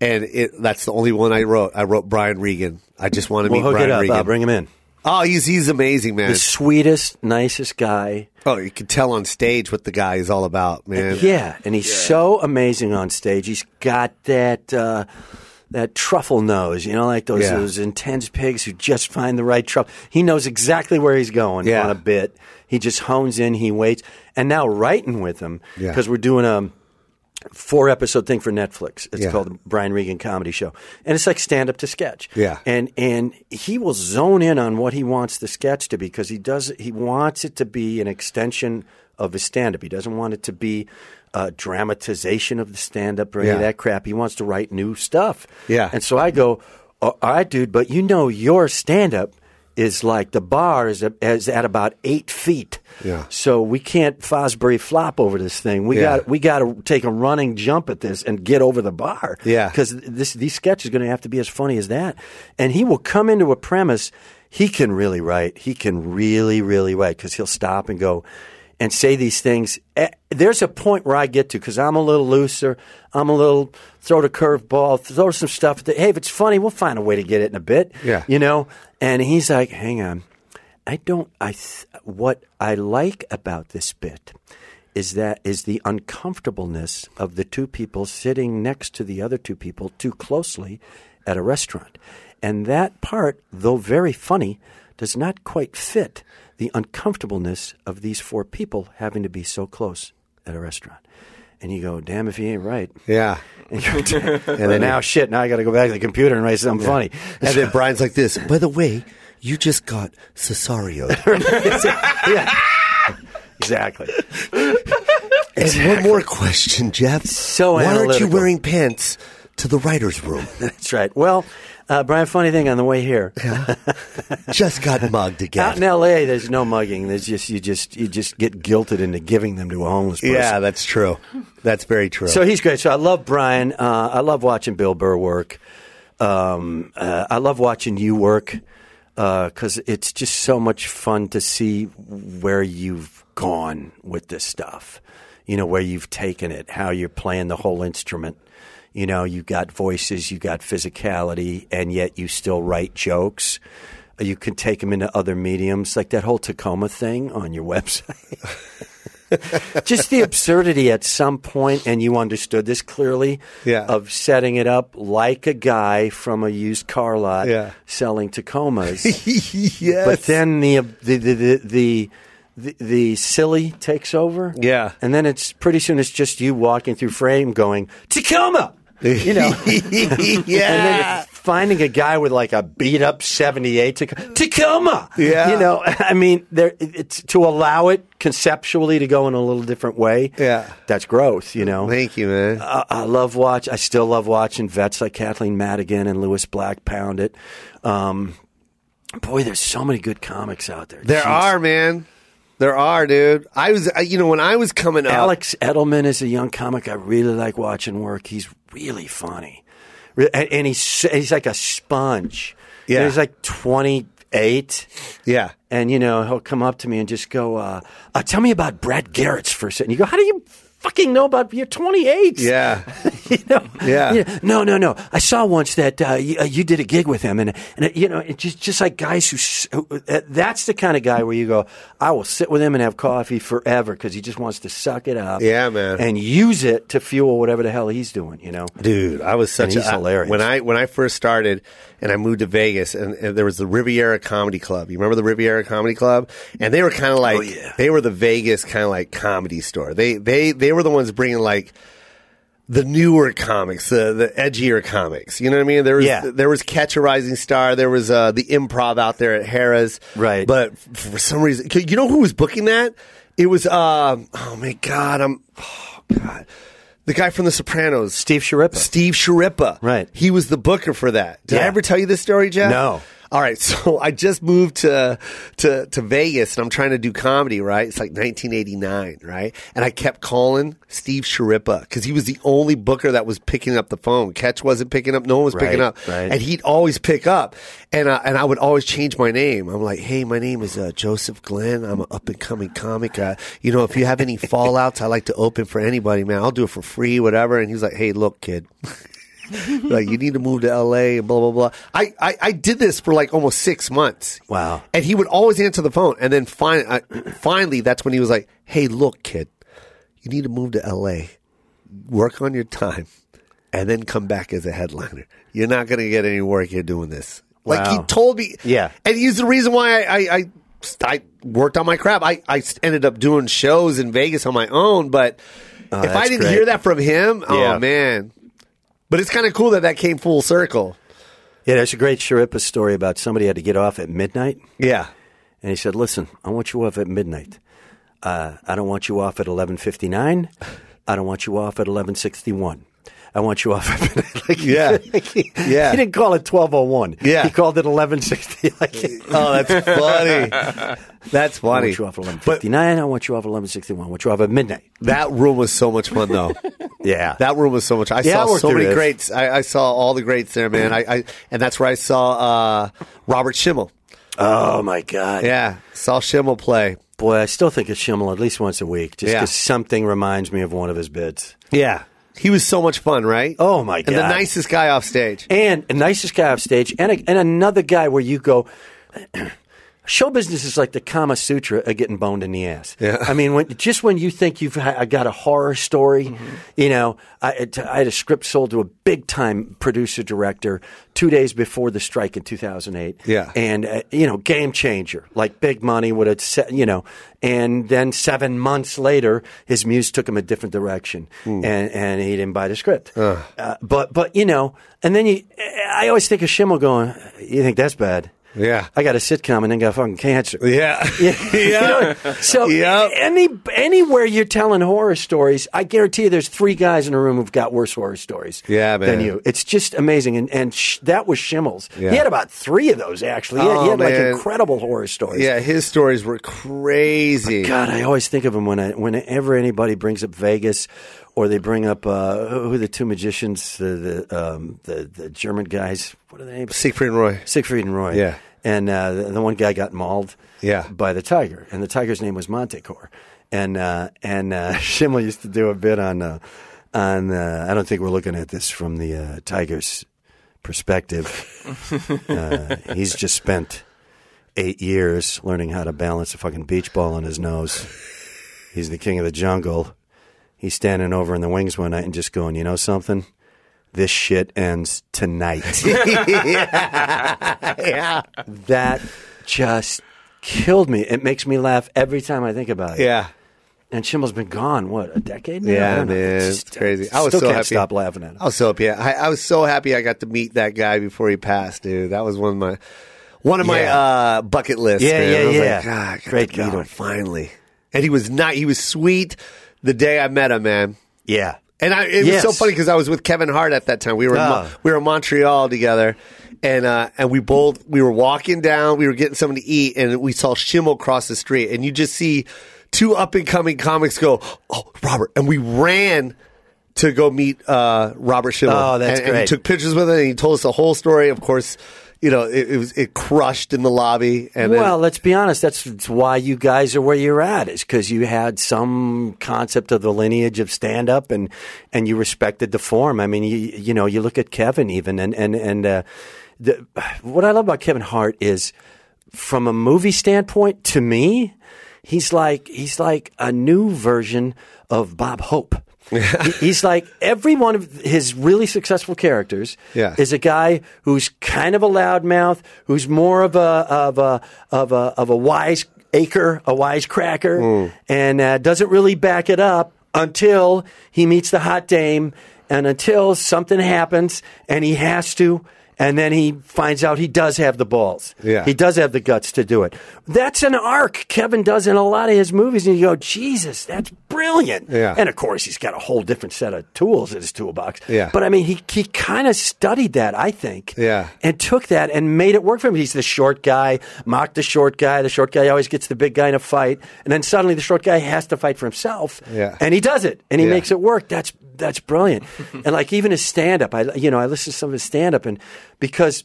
And it, that's the only one I wrote. I wrote Brian Regan. I just want to
We'll
meet
hook
Brian
it up.
Regan.
I'll bring him in.
oh, he's he's amazing, man.
The sweetest, nicest guy.
oh, you can tell on stage what the guy is all about, man.
Yeah, and he's so amazing on stage. He's got that uh, that truffle nose, you know, like those
Yeah.
those intense pigs who just find the right truffle. He knows exactly where he's going
Yeah.
on a bit. He just hones in. He waits, and now writing with him
Yeah.
because we're doing a four episode thing for Netflix. It's
Yeah.
called the Brian Regan Comedy Show, and it's like stand up to sketch.
Yeah.
and and he will zone in on what he wants the sketch to be because he does he wants it to be an extension of his stand up. He doesn't want it to be a dramatization of the stand up or any of
Yeah.
that crap. He wants to write new stuff.
Yeah.
and so I go, "Oh, all right, dude, but you know your stand up. Is like the bar is, is at about eight feet.
Yeah.
So we can't Fosbury flop over this thing. We
Yeah.
got we got to take a running jump at this and get over the bar.
Yeah.
because this these sketch is going to have to be as funny as that. And he will come into a premise. He can really write. He can really really write because he'll stop and go and say these things. Eh, There's a point where I get to because I'm a little looser. I'm a little throw the curveball, throw some stuff. That, hey, if it's funny, we'll find a way to get it in a bit.
Yeah.
you know. And he's like, hang on. I don't. I th- what I like about this bit is that is the uncomfortableness of the two people sitting next to the other two people too closely at a restaurant, and that part, though very funny, does not quite fit the uncomfortableness of these four people having to be so close at a restaurant. And you go, damn if he ain't right. (laughs)
yeah.
And, you're- and then now shit, now I got to go back to the computer and write something funny.
And then Brian's like this. By the way, you just got (laughs) cesario.
yeah, exactly.
And one more question, Jeff.
So
why aren't you
analytical.
wearing pants to the writers' room?
That's right. Well, uh, Brian, funny thing on the way here.
just (laughs) got mugged
Out
again.
in LA, there's no mugging. There's just you just you just get guilted into giving them to a homeless person.
Yeah, that's true. That's very true. (laughs)
So he's great. So I love Brian. Uh, I love watching Bill Burr work. Um, uh, I love watching you work because it's just so much fun to see where you've gone with this stuff. You know where you've taken it, how you're playing the whole instrument. You know you got voices, you got physicality, and yet you still write jokes. (laughs) You can take them into other mediums, like that whole Tacoma thing on your website. just the absurdity at some point, and you understood this clearly,
Yeah.
of setting it up like a guy from a used car lot
Yeah.
selling Tacomas.
(laughs) yes.
But then the the the the. the the, the silly takes over,
Yeah.
and then it's pretty soon it's just you walking through frame going
(laughs)
Tacoma, you know,
(laughs)
and
yeah.
then finding a guy with like a beat up 78 Tac- Tacoma.
Yeah.
You know, (laughs) I mean, there it's to allow it conceptually to go in a little different way.
Yeah.
That's growth, you know.
Thank you, man.
I, I love watch. I still love watching vets like Kathleen Madigan and Lewis Black pound it. Um, boy, there's so many good comics out there.
there
Jeez.
are, man. There are, dude. I was, I- you know, when I was coming up,
Alex Edelman is a young comic I really like watching work. He's really funny, Re- and, and he's he's like a sponge. You know,
Yeah.
he's like twenty eight.
yeah,
And you know he'll come up to me and just go, uh, uh, "Tell me about Brad Garrett's for a second. You go, "How do you fucking know about? You're 28."
yeah,
you (laughs) know?
Yeah.
You know, No, no, no. I saw once that uh, you, uh, you did a gig with him, and and uh, you know, it just just like guys who, s- who uh, that's the kind of guy where you go, I will sit with him and have coffee forever because he just wants to suck it up,
Yeah, man.
and use it to fuel whatever the hell he's doing. You know,
dude. I was such
And he's
a I-
hilarious.
when I when I first started and I moved to Vegas and, and there was the Riviera Comedy Club. You remember the Riviera Comedy Club? And they were kind of like
Oh, yeah.
they were the Vegas kind of like comedy store. They they they were the ones bringing like the newer comics, the the edgier comics. You know what I mean? There was
Yeah.
there was Catch a Rising Star. There was uh, the Improv out there at Harrah's.
Right.
But f- for some reason, 'cause you know who was booking that? It was um oh my god, I'm oh god. The guy from The Sopranos,
Steve Sharippa.
Steve Sharippa.
Right.
He was the booker for that. Did I
Yeah.
ever tell you this story, Jeff?
No.
All right, (laughs) so I just moved to, to to Vegas and I'm trying to do comedy, right? It's like 1989, right? And I kept calling Steve Sharippa because he was the only booker that was picking up the phone. Catch wasn't picking up, no one was picking
Right,
up,
right.
and he'd always pick up, and I, and I would always change my name. I'm like, hey, my name is uh, Joseph Glenn. I'm an up and coming comic. Uh, you know, if you
(laughs)
have any fallouts, I like to open for anybody, man. I'll do it for free, whatever. And he's like, hey, look,
(laughs)
kid like you need to move to LA and blah blah blah. I, I I did this for like almost six months.
Wow.
And he would always answer the phone, and then fin- I, finally, that's when he was like, "Hey, look, kid, you need to move to LA, work on your time, and then come back as a headliner. You're not going to get any work here doing this." Like he
Wow.
told me,
Yeah.
And he's the reason why I. I, I I worked on my crap. I, I ended up doing shows in Vegas on my own, but if I
Oh, that's
didn't
great.
hear that from him, oh
Yeah.
man, but it's kind of cool that that came full circle.
Yeah, there's a great Sharippa story about somebody had to get off at midnight.
Yeah.
and he said, "Listen, I want you off at midnight. Uh, I don't want you off at eleven fifty nine. I don't want you off at eleven sixty one. I want you off at (laughs) midnight." Like,
Yeah.
like he,
Yeah.
he didn't call it twelve oh one.
Yeah.
he called it eleven sixty. (laughs) Like
Oh, that's funny. that's
I
funny.
want you off at eleven fifty nine. I want you off at eleven sixty one. I want you off at midnight.
That room was so much fun, though.
Yeah,
that room was so much. I
Yeah, I
saw
worked
so many
there.
greats. I, I saw all the greats there, man. I, I and that's where I saw uh, Robert Schimmel.
oh my god.
Yeah, saw Schimmel play.
boy, I still think of Schimmel at least once a week, just
Yeah.
because something reminds me of one of his bits.
Yeah, he was so much fun, right?
Oh, my
And the
God.
nicest guy off stage.
and a nicest guy off stage, and a, and another guy where you go. Show business is like the Kama Sutra of getting boned in the ass.
Yeah.
I mean, when, just when you think you've ha- got a horror story,
Mm-hmm.
you know, I, I had a script sold to a big time producer director two days before the strike in 2008.
Yeah.
And, uh, you know, game changer, like big money would have, set, you know, and then seven months later, his muse took him a different direction
Hmm.
and, and he didn't buy the script. Uh, but, but, you know, and then you, I always think of Schimmel going, you think that's bad?
Yeah.
I got a sitcom and then got fucking cancer.
Yeah,
(laughs) You know, so
Yep.
any anywhere you're telling horror stories, I guarantee you, there's three guys in a room who've got worse horror stories.
Yeah, man.
than you. It's just amazing, and and sh- that was Schimmel's.
Yeah.
He had about three of those actually. He had,
Oh,
he had
man.
like incredible horror stories.
yeah. His stories were crazy.
Oh, God, I always think of him when I, whenever anybody brings up Vegas, or they bring up uh, who are the two magicians, the the, um, the the German guys. What are their names?
Siegfried and Roy.
Siegfried and Roy.
Yeah.
And uh, the, the one guy got mauled
Yeah.
by the tiger, and the tiger's name was Manticore. And uh, and uh, (laughs) Schimmel used to do a bit on uh, on uh, I don't think we're looking at this from the uh, tiger's
(laughs)
perspective. uh, he's just spent eight years learning how to balance a fucking beach ball on his nose. He's the king of the jungle. He's standing over in the wings one night and just going, you know something? This shit ends
(laughs)
tonight.
yeah.
that just killed me. It makes me laugh every time I think about it.
Yeah.
And Schimmel's been gone, what, a decade now?
Yeah,
I don't know.
man,
Just-
it's crazy. I was
still
so
can't
happy.
stop laughing at him.
I was so happy. I, I was so happy I got to meet that guy before he passed, dude. That was one of my one of my
Yeah.
uh, bucket lists.
Yeah,
man.
yeah,
I was
yeah.
Like, God, I got
Great
to meet
guy.
him finally. And he was not. He was sweet the day I met him, man.
Yeah.
And I, it
Yes.
was so funny because I was with Kevin Hart at that time. We were in Mo-
Oh.
we were in Montreal together, and uh, and we both we were walking down. We were getting something to eat, and we saw Schimmel cross the street, and you just see two up and coming comics go, "Oh, Robert!" And we ran to go meet uh, Robert Schimmel.
Oh, that's
and, and he
great.
took pictures with him, and he told us the whole story. Of course, you know it, it was it crushed in the lobby, and then-
well, let's be honest. That's, that's why you guys are where you're at, is because you had some concept of the lineage of stand up and, and you respected the form. I mean, you, you know, you look at Kevin even, and, and, and uh, the, what I love about Kevin Hart is from a movie standpoint, to me, he's like, he's like a new version of
(laughs)
Bob Hope. He- he's like every one of his really successful characters
Yeah.
is a guy who's kind of a loudmouth, who's more of a of a of a of a wise acre, a wisecracker,
Hmm.
and uh, doesn't really back it up until he meets the hot dame, and until something happens, and he has to. And then he finds out he does have the balls.
Yeah.
He does have the guts to do it. That's an arc Kevin does in a lot of his movies, and you go, Jesus, that's brilliant.
Yeah.
And of course, he's got a whole different set of tools in his toolbox.
Yeah.
But I mean, he he kind of studied that, I think.
Yeah.
And took that and made it work for him. He's the short guy, mocked the short guy. The short guy always gets the big guy in a fight, and then suddenly the short guy has to fight for himself.
Yeah.
And he does it, and he
Yeah.
makes it work. That's that's brilliant. (laughs) and like even his stand up, I you know I listen to some of his stand up, and because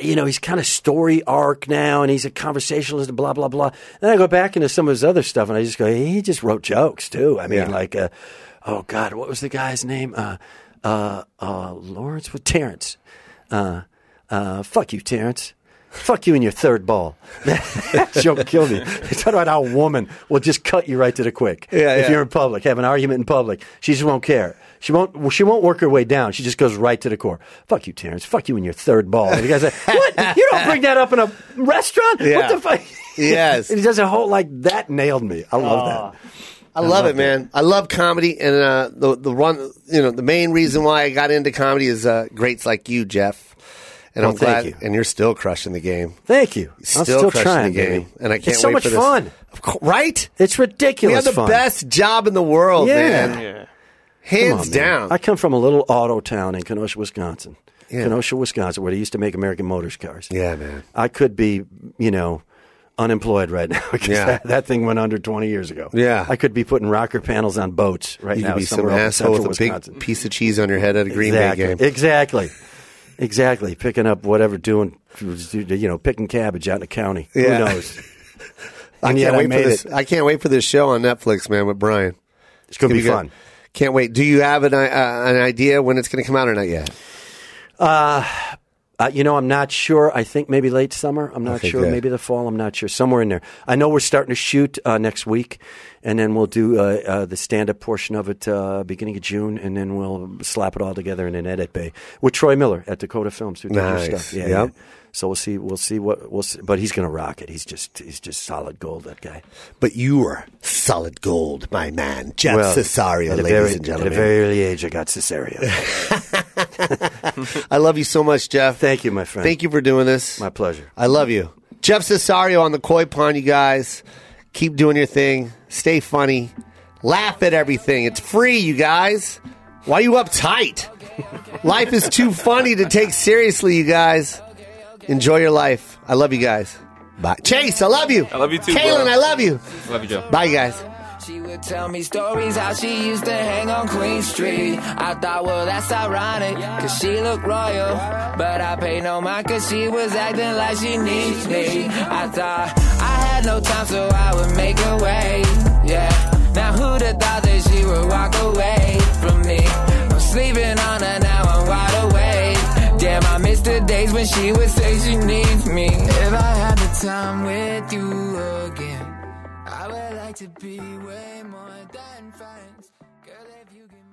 you know, he's kind of story arc now and he's a conversationalist and blah, blah, blah. Then I go back into some of his other stuff and I just go, he just wrote jokes too. I mean,
Yeah.
like, uh, oh God, what was the guy's name? Uh, uh, uh, Lawrence with Terrence. Uh, uh, fuck you, Terrence. Fuck you and your third ball. (laughs) That joke killed me. (laughs) It's talking about how a woman will just cut you right to the quick.
Yeah,
if
yeah.
you're in public, have an argument in public, she just won't care. She won't. She won't work her way down. She just goes right to the core. Fuck you, Terrence. Fuck you and your third ball. And the guy's like, "What? You don't bring that up in a restaurant?
Yeah.
What the fuck?"
Yes.
and he does a whole like that. Nailed me. I love that.
I love it, man. I love comedy, and uh, the the one you know the main reason why I got into comedy is uh, greats like you, Jeff. And I'm
Well, thank
glad,
you.
and you're still crushing the game.
Thank you. I'm still
crushing
trying,
the game,
baby.
and I can't
it's so
wait
much
for this.
fun.
Of cour- right?
It's
We have
ridiculous.
the
fun.
best job in the world,
Yeah.
man.
Yeah.
Come
Hands
on, man.
down.
I come from a little auto town in Kenosha, Wisconsin.
Yeah.
Kenosha, Wisconsin, where they used to make American Motors cars.
yeah, man.
I could be, you know, unemployed right now (laughs) because
Yeah.
that, that thing went under 20 years ago.
Yeah.
I could be putting rocker panels on boats right
You
now
could be some
somewhere up in
asshole
central
with a big
Wisconsin.
piece of cheese on your head at a Green
exactly.
Bay game.
Exactly. Exactly. Picking up whatever doing, you know, picking cabbage out in the county.
Yeah.
Who knows?
(laughs) I
And yet
can't
I
wait
made
for this.
it.
I can't wait for this show on Netflix, man, with Brian.
It's going to be
good.
fun.
Can't wait. Do you have an i- uh, an idea when it's going to come out or not yet?
Uh, you know, I'm not sure. I think maybe late summer. I'm not
Okay,
sure.
good.
Maybe the fall. I'm not sure. Somewhere in there. I know we're starting to shoot uh, next week, and then we'll do uh, uh, the stand up portion of it uh, beginning of June, and then we'll slap it all together in an edit bay with Troy Miller at Dakota Films who did your
Nice.
stuff. Yeah,
Yep.
yeah. So we'll see. We'll see what we'll see. But he's going to rock it. He's just he's just solid gold. That guy.
But you are solid gold, my man. Jeff Cesario,
at a
ladies
very-
and gentlemen.
At a very early age, I
(laughs)
got Cesario.
I love you so much, Jeff.
Thank you, my friend.
Thank you for doing this.
My pleasure.
I love you. Jeff Cesario on the Koi Pond, you guys. Keep doing your thing. Stay funny. Laugh at everything. It's free, you guys. Why are you uptight? life is too funny to take seriously, you guys. Enjoy your life. I love you guys. Bye. Chase, I love you. I
love you too,
Kaylin,
bro.
I love you.
Love you, Joe.
Bye, guys.
She would tell me stories how she used to hang on Queen Street. I thought, well, that's ironic, cause she looked royal. But I paid no mind cause she was acting like she needs me. I thought I had no time, so I would make her wait. Yeah. Now who'd have thought that she would walk away from me? I'm sleeping on her now, I'm wide awake. Damn, I miss the days when she would say she needs me. If I had the time with you again, I would like like to be way more than friends. Girl, if you give me.